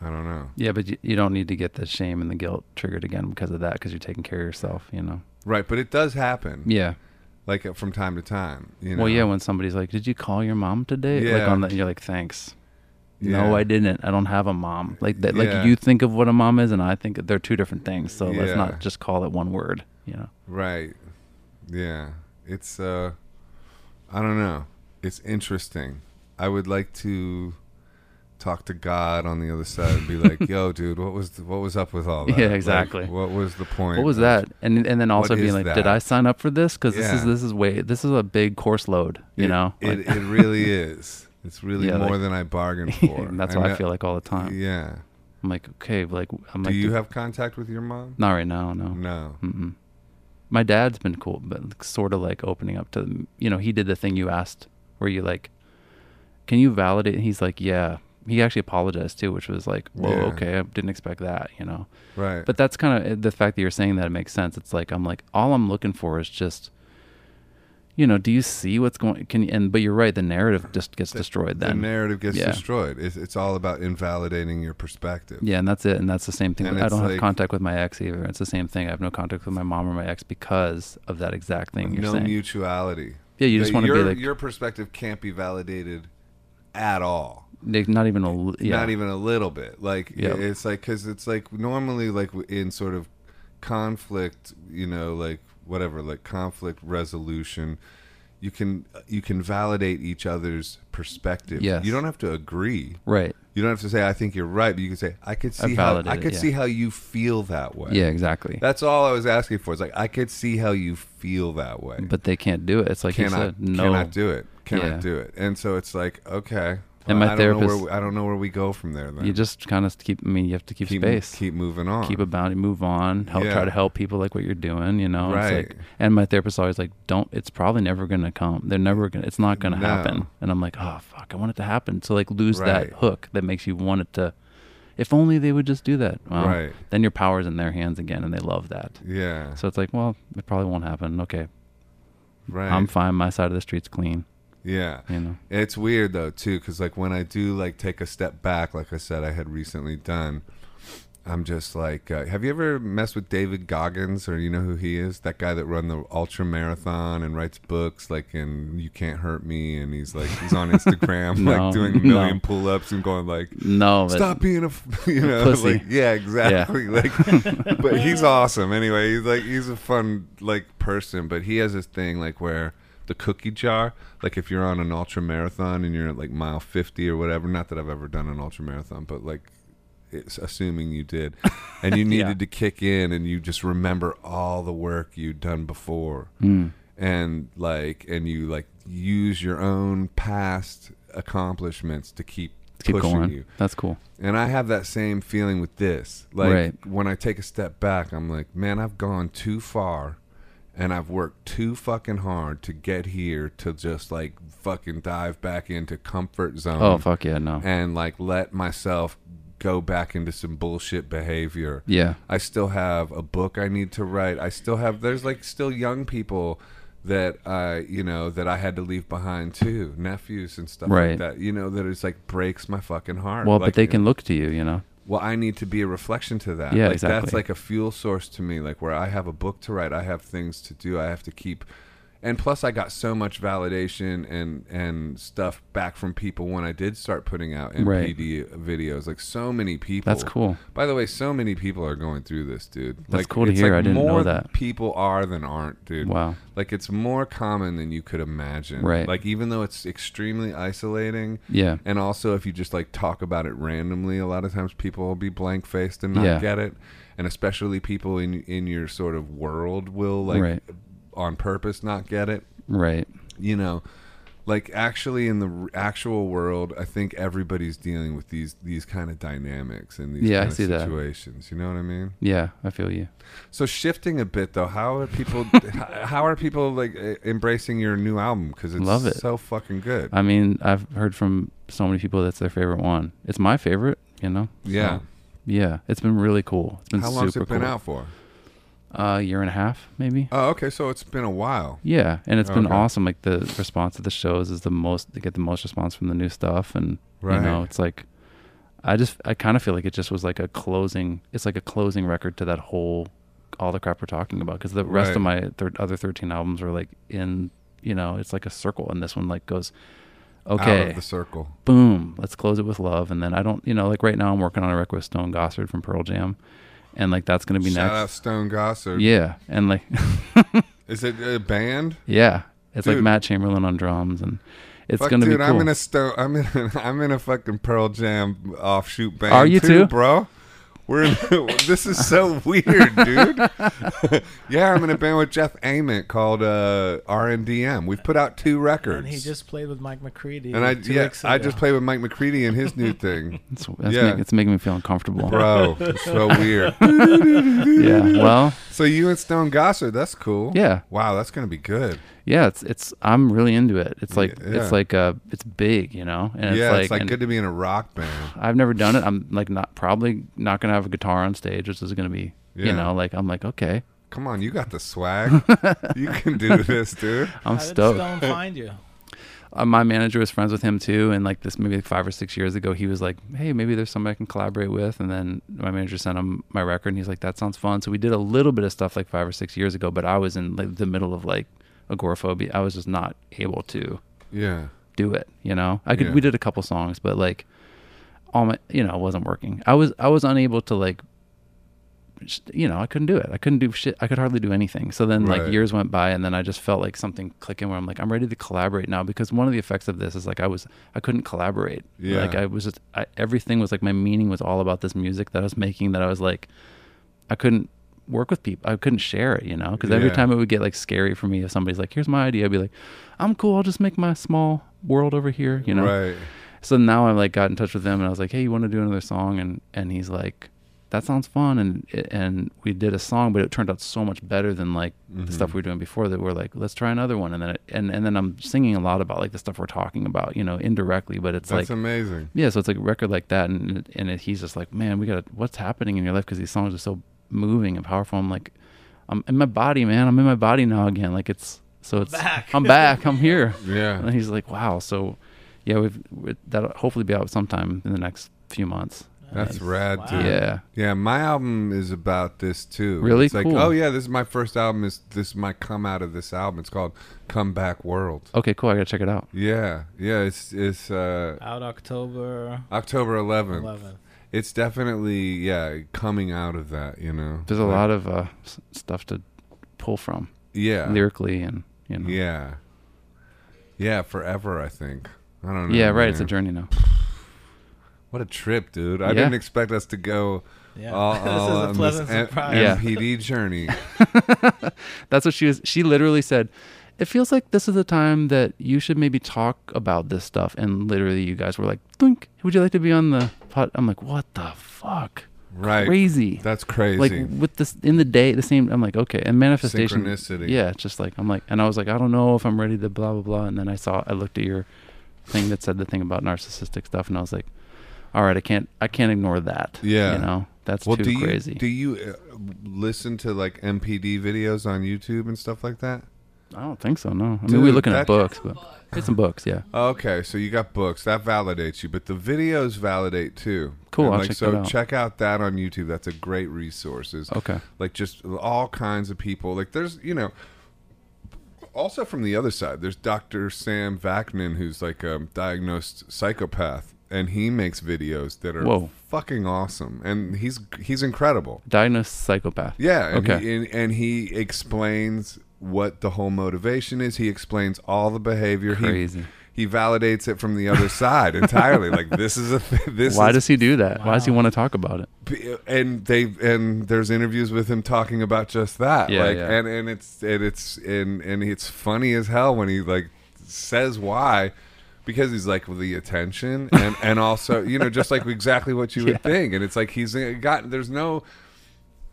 I don't know. Yeah, but you, you don't need to get the shame and the guilt triggered again because of that because you're taking care of yourself, you know? Right, but it does happen Yeah. like from time to time, you know. Well, yeah, when somebody's like, "Did you call your mom today?" Like Yeah. on the, and you're like, "Thanks." Yeah. No, I didn't. I don't have a mom. Like that. Yeah. Like you think of what a mom is, and I think they're two different things. So let's Yeah. not just call it one word. You know. Right. Yeah. It's uh I don't know. It's interesting. I would like to talk to God on the other side and be like, "Yo, dude, what was what was up with all that?" Yeah, Like, exactly. what was the point? What was of- that? And and then also Oh What being is like, that? "Did I sign up for this?" Because this is Yeah. this is way this is a big course load. You It- know. it, Like- it really is. It's really Yeah, more like- than I bargained for. and that's what I know- feel like all the time. Yeah. I'm like, okay, like I'm Do like, you "Dude, have contact with your mom? not right now. No. Mm. No. Mm-mm. My dad's been cool, but sort of like opening up to them. You know, he did the thing you asked where you like, can you validate? And he's like, yeah. He actually apologized too, which was like, whoa, Yeah. okay, I didn't expect that, you know? Right. But that's kind of the fact that you're saying that it makes sense. It's like, I'm like, all I'm looking for is just, you know, do you see what's going Can you, and, but you're right, the narrative just gets destroyed the then. narrative gets Yeah. destroyed. It's, it's all about invalidating your perspective. Yeah, and that's it. And that's the same thing. And with- I it's don't like- have contact with my ex either. It's the same thing. I have no contact with my mom or my ex because of that exact thing you're no saying. mutuality. Yeah, you just That wanna be your- like- your perspective can't be validated at all. Like, not even a l- yeah. Not even a little bit. Like Yeah. it's like because it's like normally like in sort of conflict, you know, like whatever, like conflict resolution. You can uh, you can validate each other's perspective. Yes. You don't have to agree. right. You don't have to say I think you're right, but you can say I could see how validate I it, could yeah. see how you feel that way. Yeah, exactly. That's all I was asking for. It's like I could see how you feel that way but they can't do it. It's like you cannot said, no. cannot do it cannot Yeah. do it and so it's like okay And well, my I don't know where therapist- we- I don't know where we go from there then You just kind of keep. I mean, you have to keep, keep, space. keep moving on keep a boundary, move on, help Yeah. try to help people like what you're doing, you know. It's Right. like and my therapist always like, Don't it's probably never gonna come. They're never gonna it's not gonna No. happen. And I'm like, Oh fuck, I want it to happen. So like lose Right. that hook that makes you want it to if only they would just do that. Well, Right. Then your power's in their hands again and they love that. yeah So it's like, well, it probably won't happen. Okay. right I'm fine, my side of the street's clean, yeah you know. It's weird though too, because like when I do like take a step back, like I said, I had recently done. I'm just like, uh, have you ever messed with David Goggins or you know who he is? That guy that run the ultra marathon and writes books like and you can't hurt me and he's like he's on Instagram No, like doing a million no. pull ups and going like No, but stop being a f-" you know Pussy. like yeah exactly like but he's awesome anyway he's like he's a fun like person but he has this thing like where the cookie jar like if you're on an ultra marathon and you're at like mile 50 or whatever not that i've ever done an ultra marathon but like it's assuming you did and you needed to kick in and you just remember all the work you'd done before Mm. and like and you like use your own past accomplishments to keep keep pushing going. you That's cool. and I have that same feeling with this. Like Right. when I take a step back, I'm like, man, I've gone too far and I've worked too fucking hard to get here to just like fucking dive back into comfort zone Oh fuck yeah, no. and like let myself go back into some bullshit behavior. Yeah. I still have a book I need to write. I still have there's like still young people that I, you know, that I had to leave behind too, nephews and stuff like Right. that. You know, that it's like breaks my fucking heart. Well, Like, but they can look to you, you know. Well, I need to be a reflection to that. Yeah, like, That's exactly. like a fuel source to me. Like where I have a book to write, I have things to do, I have to keep. And plus, I got so much validation and and stuff back from people when I did start putting out Right. MPD videos. Like so many people. That's cool. By the way, so many people are going through this, dude. That's cool to hear. I didn't know more that. People are than aren't, dude. Wow. Like it's more common than you could imagine. Right. Like even though it's extremely isolating. Yeah. And also if you just like talk about it randomly, a lot of times people will be blank faced and not Yeah. get it. And especially people in in your sort of world will like Right. on purpose not get it Right. you know like actually in the r- actual world i think everybody's dealing with these these kind of dynamics and these Yeah, I kind of see that. situations you know what i mean Yeah, I feel you. so shifting a bit though how are people h- how are people like e- embracing your new album because it's Love it. Uh, so fucking good I mean, I've heard from so many people that's their favorite one. It's my favorite, you know. So, yeah yeah, it's been really cool. It's been how super long's it been cool. out for Uh, year and a half, maybe. oh okay so it's been a while Yeah, and it's been Okay. awesome. Like the response to the shows is the most they get the most response from the new stuff, and Right. you know, it's like I just I kind of feel like it just was like a closing. It's like a closing record to that whole all the crap we're talking about because the rest of my thir- other thirteen albums were like in you know it's like a circle, and this one like goes out of okay, the circle boom, let's close it with love, and then I don't you know like right now I'm working on a record with Stone Gossard from Pearl Jam, and like that's gonna be shout out next. stone gossard Yeah, and like. is it a band Yeah, it's Dude. like Matt Chamberlain on drums, and it's Fuck, gonna dude, be I'm cool. in a stone. I'm in. I'm in a fucking Pearl Jam offshoot band. Are you too? bro? We're. In, this is so weird, dude. yeah, I'm in a band with Jeff Ament called uh, R&DM. We've put out two records. And he just played with Mike McCready. And I two yeah, weeks I ago. just played with Mike McCready and his new thing, It's, that's Yeah. make- it's making me feel uncomfortable. bro. It's so weird. yeah. Well, So you and Stone Gossard, that's cool. Yeah. Wow, that's gonna be good. yeah. It's it's. I'm really into it. It's like yeah. it's like uh it's big, you know. And yeah, it's like, it's like and good to be in a rock band. I've never done it. I'm like not probably not gonna have a guitar on stage. This is gonna be Yeah. you know like I'm like okay Come on, you got the swag. you can do this, dude. I'm How did stoked. Stone find you? uh, my manager was friends with him too, and like this maybe like five or six years ago, he was like, "Hey, maybe there's somebody I can collaborate with." And then my manager sent him my record, and he's like, "That sounds fun." So we did a little bit of stuff like five or six years ago, but I was in like the middle of like agoraphobia. I was just not able to Yeah. do it. You know, I could. Yeah. We did a couple songs, but like all my, you know, it wasn't working. I was I was unable to like, sh- you know, I couldn't do it. I couldn't do shit. I could hardly do anything. So then Right. like years went by, and then I just felt like something clicking where I'm like, I'm ready to collaborate now because one of the effects of this is like I was I couldn't collaborate. Yeah. Like I was just I, everything was like my meaning was all about this music that I was making that I was like I couldn't work with people. I couldn't share it, you know, because every Yeah. time it would get like scary for me if somebody's like, "Here's my idea," I'd be like, "I'm cool. I'll just make my small world over here," you know. Right. So now I like got in touch with them and I was like, "Hey, you want to do another song?" And and he's like, "That sounds fun." And and we did a song, but it turned out so much better than like the stuff Mm-hmm. we were doing before. That we're like, let's try another one. And then it, and and then I'm singing a lot about like the stuff we're talking about, you know, indirectly, but it's That's like amazing. yeah, so it's like a record like that, and and it, he's just like, man, we got what's happening in your life because these songs are so moving and powerful. I'm like, I'm in my body, man. I'm in my body now again. Like it's so it's back. I'm back. I'm here. Yeah. And he's like, wow. So yeah, we've we- that'll hopefully be out sometime in the next few months. That's Nice. rad, Wow. dude. Yeah. Yeah, my album is about this too. Really? It's like, Cool. oh yeah, this is my first album. Is this is my come out of this album? It's called Come Back World. Okay, cool. I gotta check it out. Yeah, yeah. It's it's uh, Out October October 11th. 11th. It's definitely yeah coming out of that. You know, There's a Like, lot of uh, s- stuff to pull from yeah, lyrically and you know. yeah, yeah. Forever, I think. I don't know. Yeah, right. It's a man. journey now. What a trip, dude! I Yeah. didn't expect us to go Yeah. Oh, all, all this is a on pleasant this M- surprise. Yeah. MPD journey. That's what she was. She literally said, "It feels like this is the time that you should maybe talk about this stuff." And literally, you guys were like, "Think, would you like to be on the pot?" I'm like, "What the fuck? Right. Crazy!" That's crazy. Like with this in the day, the same. I'm like, okay, and manifestation. Synchronicity. Yeah, it's just like I'm like, and I was like, I don't know if I'm ready to blah blah blah. And then I saw, I looked at your thing that said the thing about narcissistic stuff, and I was like, all right, I can't, I can't ignore that. Yeah. you know, that's too do crazy. You, do you uh, listen to like MPD videos on YouTube and stuff like that? I don't think so. No, I mean Dude, we're looking that- at books, but it's some books. Yeah, Okay, so you got books that validates you, but the videos validate too. Cool, And, I'll like, check so that out. check out that on YouTube. That's a great resource. Is Okay. like just all kinds of people. Like there's you know. Also from the other side, there's Dr. Sam Vakman, who's like a diagnosed psychopath, and he makes videos that are Whoa. fucking awesome, and he's he's incredible. diagnosed psychopath. Yeah, and Okay. He, and, and he explains what the whole motivation is. He explains all the behavior. He- Crazy. He, validates it from the other side entirely. Like this is a th- this. Why is, does he do that? Why does he Wow. want to talk about it? and they and there's interviews with him talking about just that. Yeah, like yeah. and and it's and it's and and it's funny as hell when he like says why. Because he's like well, the attention, and, and also you know just like exactly what you would think, and it's like he's uh, got there's no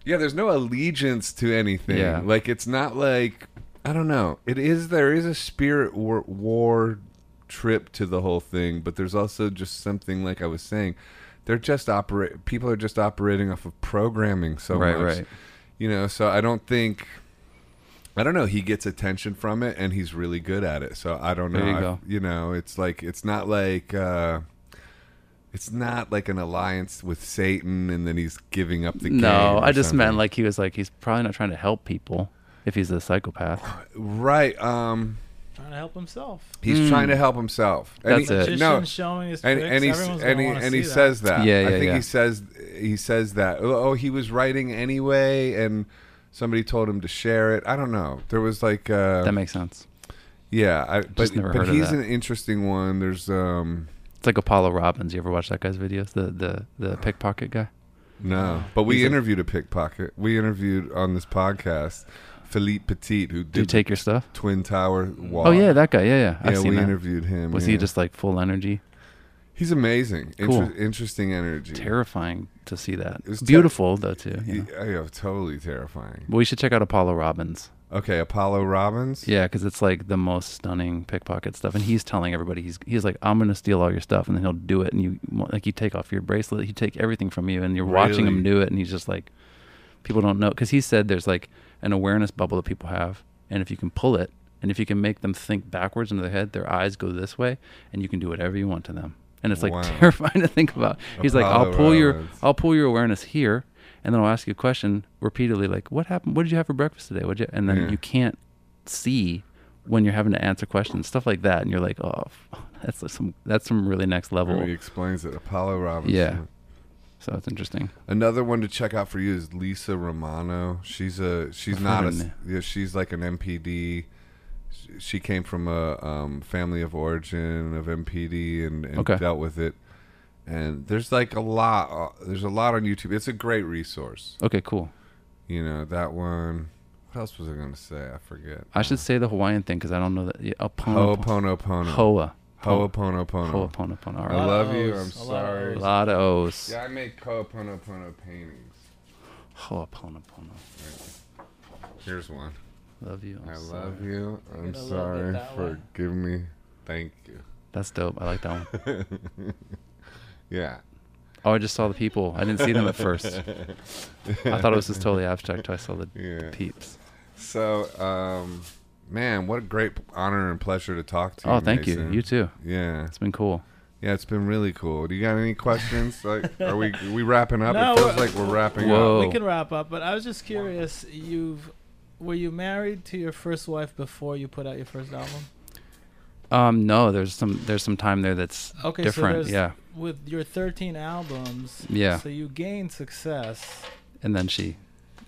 yeah, there's no allegiance to anything. Yeah. Like it's not like I don't know. It is there is a spirit war, war trip to the whole thing, but there's also just something like I was saying. They're just operate. People are just operating off of programming so Right, much. right. You know, so I don't think. I don't know. He gets attention from it, and he's really good at it. So I don't know. There you I- go. you know, it's like it's not like. uh it's not like an alliance with Satan, and then he's giving up the game. No, or I just meant something. like he was like he's probably not trying to help people if he's a Oh, psychopath. Right. Um, Trying to help himself. he's Mm. trying to help himself. And That's he, it. Magician No, showing his and, tricks. and he Everyone's and he gonna wanna and he see that. says that. Yeah, I yeah, think yeah. he says he says that. Oh, he was writing anyway, and somebody told him to share it. I don't know. There was like uh, That makes sense. yeah, I, but never but heard of he's that. an interesting one. There's um It's like Apollo Robbins. You ever watch that guy's videos? The the the pickpocket guy. no, but we He's a- interviewed a pickpocket. We interviewed on this podcast Philippe Petit, who did Do you take your stuff? Twin Tower Walk. Oh yeah, that guy. Yeah, yeah. I've yeah. seen We that. interviewed him. Was yeah. he just like full energy? He's amazing. Cool. Inter- interesting energy. Terrifying to see that. It was ter- Beautiful though too. You know? Yeah, yeah, oh, totally terrifying. But we should check out Apollo Robbins. Okay, Apollo Robbins. Yeah, because it's like the most stunning pickpocket stuff, and he's telling everybody he's he's like, I'm gonna steal all your stuff, and then he'll do it, and you like you take off your bracelet, he take everything from you, and you're watching him Really? do it, and he's just like, people don't know, because he said there's like an awareness bubble that people have, and if you can pull it, and if you can make them think backwards into their head, their eyes go this way, and you can do whatever you want to them, and it's like Wow. terrifying to think about. He's like, I'll Apollo pull your Robbins. I'll pull your awareness here, and then I'll ask you a question repeatedly, like, "What happened? What did you have for breakfast today?" What, and then Yeah. you can't see when you're having to answer questions, stuff like that, and you're like, "Oh, f- that's like some that's some really next level." He explains it. Apollo Robbins. Yeah. So it's interesting. Another one to check out for you is Lisa Romano. She's a she's I've not a heard her s- yeah, she's like an MPD. Sh- She came from a um, family of origin of MPD and, and Okay. dealt with it. And there's like a lot. uh, There's a lot on YouTube. It's a great resource. Okay, cool. You know that one. What else was I gonna say? I forget. I should say the Hawaiian thing because I don't know that. Yeah, Ho'opono- Ho'oponopono. Hoa. Ho'oponopono. Ho'oponopono. All I right. lot love of you. I'm O's, a lot of sorry. A O's. lot of O's. Yeah, I make Ho'oponopono paintings. Ho'oponopono. Here's one. Love you. I'm i sorry. love you. I'm gotta love it sorry that for way. giving me. Thank you. That's dope. I like that one. Yeah. Oh, I just saw the people. I didn't see them at first. I thought it was just totally abstract. till I saw the, Yeah. the peeps. So, um, man, what a great honor and pleasure to talk to you. Oh, thank you. Mason. You too. Yeah. It's been cool. Yeah, it's been really cool. Do you got any questions? like, are we are we wrapping up? No, uh, it feels we're- like we're wrapping Whoa. up. We can wrap up, but I was just curious. You've were you married to your first wife before you put out your first album? Um, no, there's some there's some time there that's Okay, so different. there's- yeah, With your 13 albums, Yeah. So you gained success, and then she.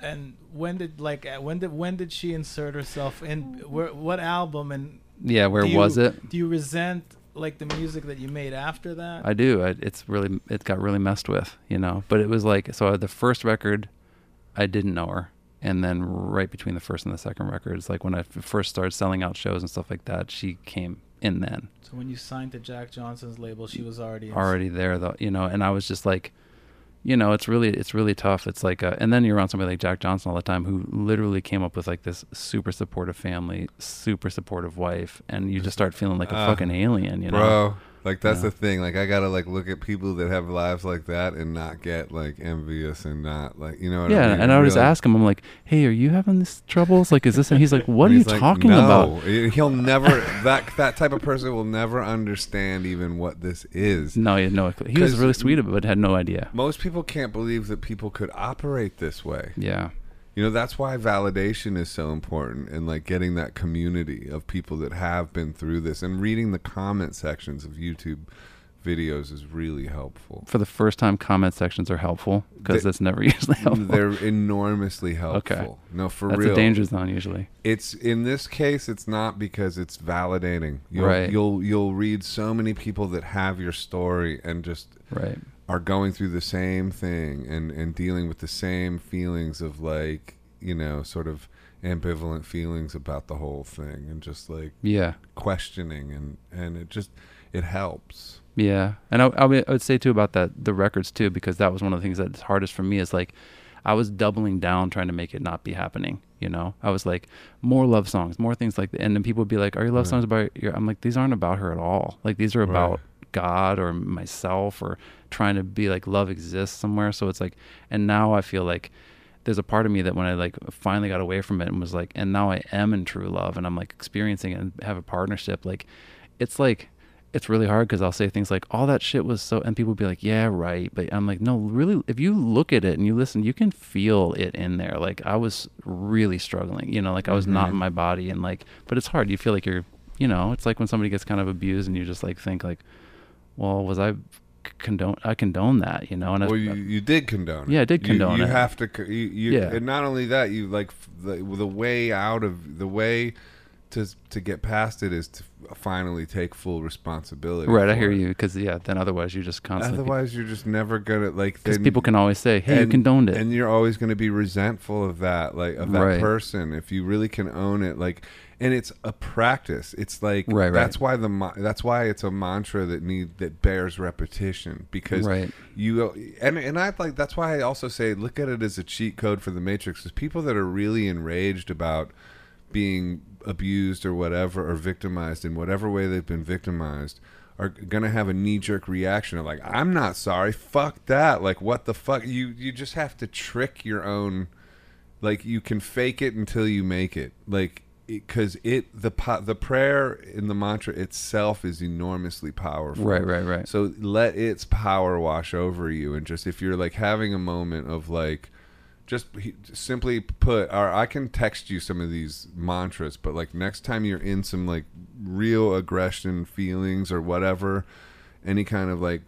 and when did like uh, when did when did she insert herself in? Where, what album and Yeah, where do you- was it? Do you resent like the music that you made after that? I do. I, it's really it got really messed with, you know. But it was like so the first record, I didn't know her, and then right between the first and the second record, it's like when I f- first started selling out shows and stuff like that, she came in then. so when you signed to Jack Johnson's label, she was already in- already there though you know and i was just like you know it's really it's really tough it's like uh and then you're around somebody like jack johnson all the time who literally came up with like this super supportive family super supportive wife and you just start feeling like a Ah. fucking alien you know Bro, Like that's Yeah. the thing. Like I gotta like look at people that have lives like that and not get like envious and not like you know what I yeah, mean? and I would just Really- ask him. I'm like, "Hey, are you having these troubles? Like, is this?" And he's like, "What are And you he's like, talking "No." about?" He- He'll never that that type of person will never understand even what this is. No, he had no. clue. He was 'Cause- really sweet, but had no idea. Most people can't believe that people could operate this way. Yeah, You know, that's why validation is so important and like getting that community of people that have been through this and reading the comment sections of YouTube videos is really helpful. for the first time, comment sections are helpful because They- that's never usually helpful. Mm, They're enormously helpful. No, for That's real. a danger zone usually. it's in this case it's not because it's validating you'll, Right. you'll you'll read so many people that have your story and just Right. are going through the same thing and and dealing with the same feelings of like you know sort of ambivalent feelings about the whole thing and just like Yeah. questioning and and it just it helps Yeah, and I, I, would, I would say too about that the records too because that was one of the things that's hardest for me is like I was doubling down trying to make it not be happening. You know, I was like more love songs, more things like that, and then people would be like, "Are your love songs about your?" I'm like, "These aren't about her at all. Like these are about God or myself or trying to be like love exists somewhere." So it's like, and now I feel like there's a part of me that when I like finally got away from it and was like, and now I am in true love and I'm like experiencing it and have a partnership. Like, it's like, it's really hard because I'll say things like, all that shit was so, and people be like, yeah, right. But I'm like, no, really, if you look at it and you listen, you can feel it in there. Like, I was really struggling, you know, like I was not in my body and like, but it's hard. You feel like you're, you know, it's like when somebody gets kind of abused and you just like think, like, well, was I condone, I condone that, you know? And well I, you, you did condone it Yeah, I did You- condone you it. have to co- you, you Yeah. and not only that you like f- the, the way out of the way to to get past it is to finally take full responsibility right, I for hear it. you because, yeah, then otherwise you just constantly. Otherwise, you're just never gonna like. Because then- people can always say, "Hey, you condoned it." and you're always gonna be resentful of that, like of that Right. person. If you really can own it, like, and it's a practice. It's like Right, right. that's why the mo- that's why it's a mantra that need that bears repetition because Right. you and and I like that's why I also say look at it as a cheat code for the Matrix. Is people that are really enraged about being abused or whatever or victimized in whatever way they've been victimized are gonna have a knee-jerk reaction of like i'm not sorry fuck that like what the fuck you you just have to trick your own like you can fake it until you make it like because it the po- the prayer in the mantra itself is enormously powerful right, right, right. so let its power wash over you, and just if you're like having a moment of like, just he- simply put, or I can text you some of these mantras, but like next time you're in some like real aggression feelings or whatever, any kind of like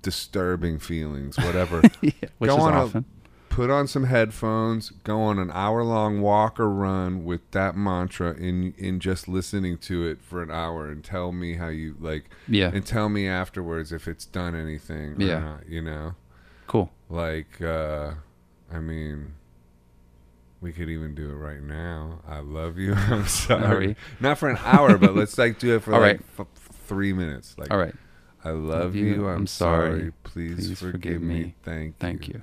disturbing feelings, whatever, Yeah, which go is on a- often. put on some headphones, go on an hour long walk or run with that mantra in in just listening to it for an hour and tell me how you like yeah, and tell me afterwards if it's done anything or Yeah. not, you know? cool. Like uh I mean we could even do it right now. I love you. I'm sorry. Sorry. Not for an hour, but let's like do it for All like right. f- f- 3 minutes. Like All right, I love you. I'm, sorry. Please, forgive, me. Thank thank you.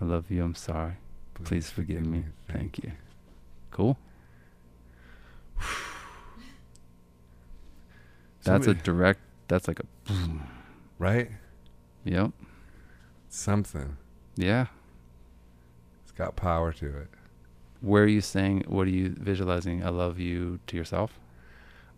I love you. I'm sorry. Please forgive me. Thank you. Cool. That's a Somebody- direct. That's like a. right? Yep. Something. Yeah. It's got power to it. Where are you saying? What are you visualizing? I love you to yourself.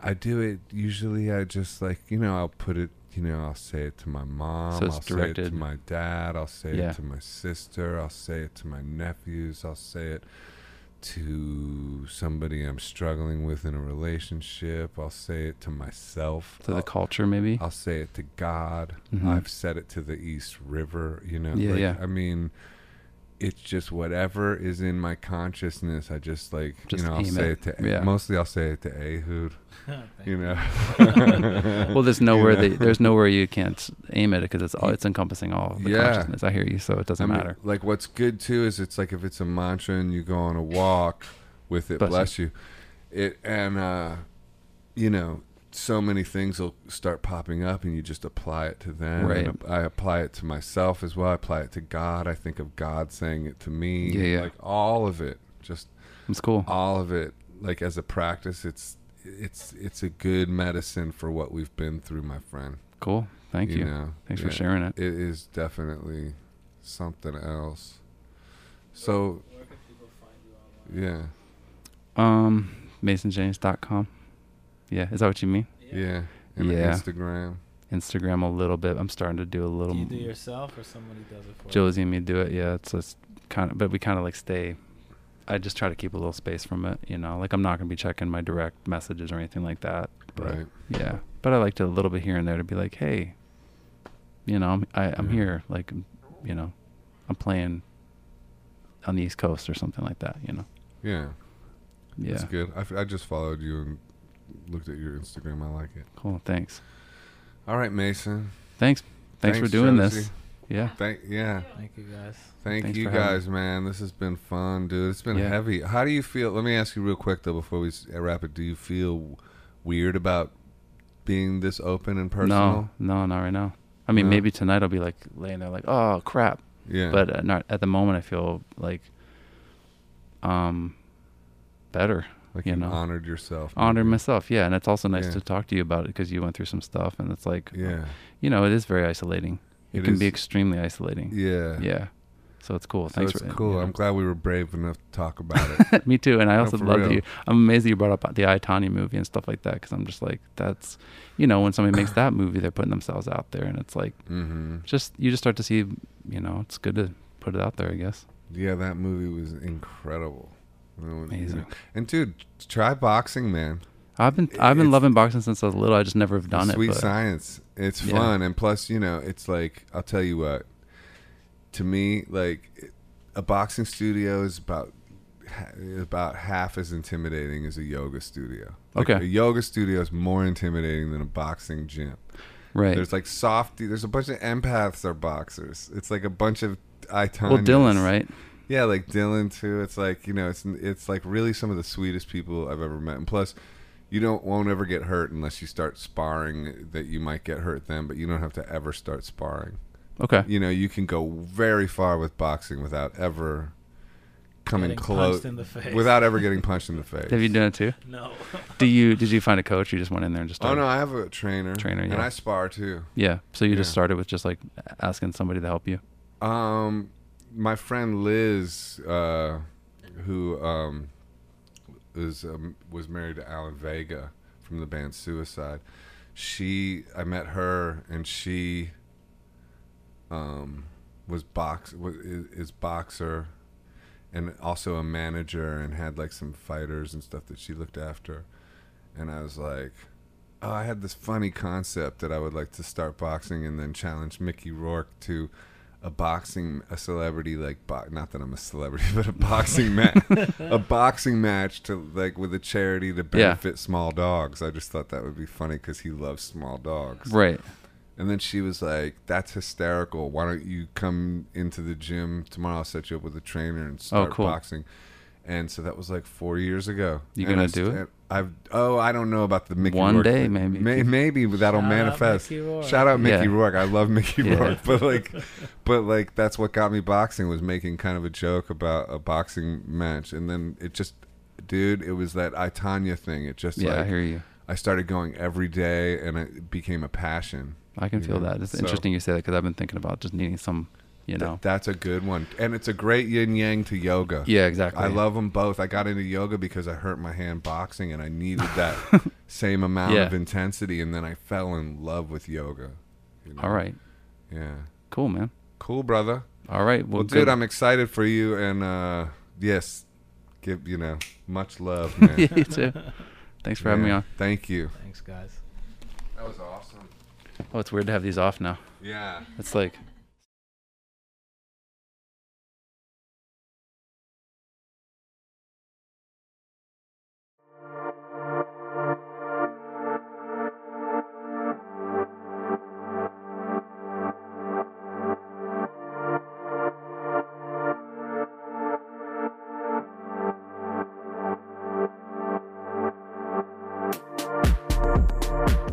I do it usually I just like, you know, I'll put it you know, I'll say it to my mom. So it's I'll say it directed- to my dad. I'll say Yeah. it to my sister. I'll say it to my nephews. I'll say it to somebody I'm struggling with in a relationship. I'll say it to myself. to the I'll, culture maybe I'll say it to God. Mhm. I've said it to the East River. You know, Yeah, like, yeah. I mean, it's just whatever is in my consciousness. I just like Just you know, I'll aim say it. it, to Yeah. mostly I'll say it to Ehud. You know, well there's nowhere you know? that, there's nowhere you can't aim at it because it's all it's encompassing all of the Yeah. consciousness i hear you so it doesn't I mean, matter Like what's good too is it's like if it's a mantra and you go on a walk with it, Bless bless, you. It and uh, you know so many things will start popping up and you just apply it to them. Right. And I apply it to myself as well. I apply it to God. I think of God saying it to me. Yeah, yeah. Like all of it, just it's cool all of it. Like as a practice, it's it's it's a good medicine for what we've been through, my friend. cool thank you, know? thanks for Yeah sharing it it is definitely something else. So Where can people find you online? yeah, um masonjames.com yeah is that what you mean yeah, and the Yeah. Instagram. instagram a little bit i'm starting to do a little Do you m- do yourself or somebody does it for you? Josie and me do it. Yeah, it's just kind of, but we kind of like stay. I just try to keep a little space from it, you know. Like I'm not gonna be checking my direct messages or anything like that. But Right. Yeah, but I like to a little bit here and there to be like, hey, you know, I'm I, I'm Yeah. here. Like, I'm- you know, I'm playing on the East Coast or something like that. You know. Yeah, Yeah. that's good. I, f- I just followed you and looked at your Instagram. I like it. Cool. Thanks. All right, Mason. Thanks. Thanks, for doing this. Josie. Yeah. Thank yeah. Thank you guys. Thank Thanks you for having guys, man. This has been fun, dude. It's been Yeah. heavy. How do you feel? Let me ask you real quick though before we s- uh, wrap it. Do you feel weird about being this open and personal? No, no, not right now. I mean, No? maybe tonight I'll be like laying there, like, oh crap. Yeah. but uh, not at the moment. I feel like um better, like you you know. honored yourself. honored maybe. myself. Yeah, and it's also nice Yeah. to talk to you about it because you went through some stuff, and it's like, Yeah. you know, it is very isolating. It, It can be is- extremely isolating. Yeah. Yeah, so it's cool. So Thanks it's for cool. you know. I'm glad we were brave enough to talk about it. Me too, and I also for love that real. you. I'm amazed that you brought up the Itani movie and stuff like that because I'm just like, that's, you know, when somebody makes that movie, they're putting themselves out there, and it's like, mm-hmm. just you just start to see, you know, it's good to put it out there, I guess. Yeah, that movie was incredible. You know, Amazing. And dude, try boxing, man. I've been I've been It's- loving boxing since I was little. I just never have done Sweet it. but- science. It's Yeah. fun, and plus, you know, it's like I'll tell you what. To me, like it- a boxing studio is about ha- about half as intimidating as a yoga studio. Like, Okay. a yoga studio is more intimidating than a boxing gym. Right. There's like softy. There's a bunch of empaths are boxers. It's like a bunch of itons. well, Dylan, right? Yeah, like Dylan too. It's like you know, it's it's like really some of the sweetest people I've ever met. And plus, you don't won't ever get hurt unless you start sparring. That you might get hurt then, but you don't have to ever start sparring. Okay. You know, you can go very far with boxing without ever coming Getting close, punched in the face. without ever getting punched in the face. Have you done it too? No. Do you did you find a coach? You just went in there and just Oh started? no, I have a trainer. Trainer, and yeah. I spar too. Yeah. So you just Yeah. started with just like asking somebody to help you. Um, my friend Liz, uh, who um, is um, was married to Alan Vega from the band Suicide. She, I met her, and she um, was box was, is, is boxer, and also a manager, and had like some fighters and stuff that she looked after. And I was like, oh, I had this funny concept that I would like to start boxing, and then challenge Mickey Rourke to a boxing a celebrity like bo- not that I'm a celebrity but a boxing match a boxing match to like with a charity to benefit small dogs. I just thought that would be funny cuz he loves small dogs. Right. And then she was like, "That's hysterical. Why don't you come into the gym tomorrow? I'll set you up with a trainer and start Oh, cool. boxing." And so that was like four years ago. You And gonna I do it? st- I've oh, I don't know about the Mickey One Rourke day, thing. maybe. May, maybe that'll Shout out manifest. Mickey Rourke. Shout out Mickey Yeah. Rourke. I love Mickey Yeah. Rourke, but like, but like that's what got me boxing was making kind of a joke about a boxing match, and then it just, dude, it was that I Tanya thing. It just yeah, I like hear you. I started going every day, and it became a passion. I can you feel know, that. It's so- interesting you say that because I've been thinking about just needing some, you Th- know. that's a good one, and it's a great yin yang to yoga. yeah, exactly. I love them both. I got into yoga because I hurt my hand boxing, and I needed that same amount Yeah. of intensity, and then I fell in love with yoga. you know? All right. Yeah. Cool, man. Cool, brother. All right. Well, Well, good. dude, I'm excited for you, and uh, yes, give you know much love, man. yeah, you too. Thanks for having me Yeah. on. Thank you. Thanks, guys. That was awesome. Oh, it's weird to have these off now. Yeah. It's like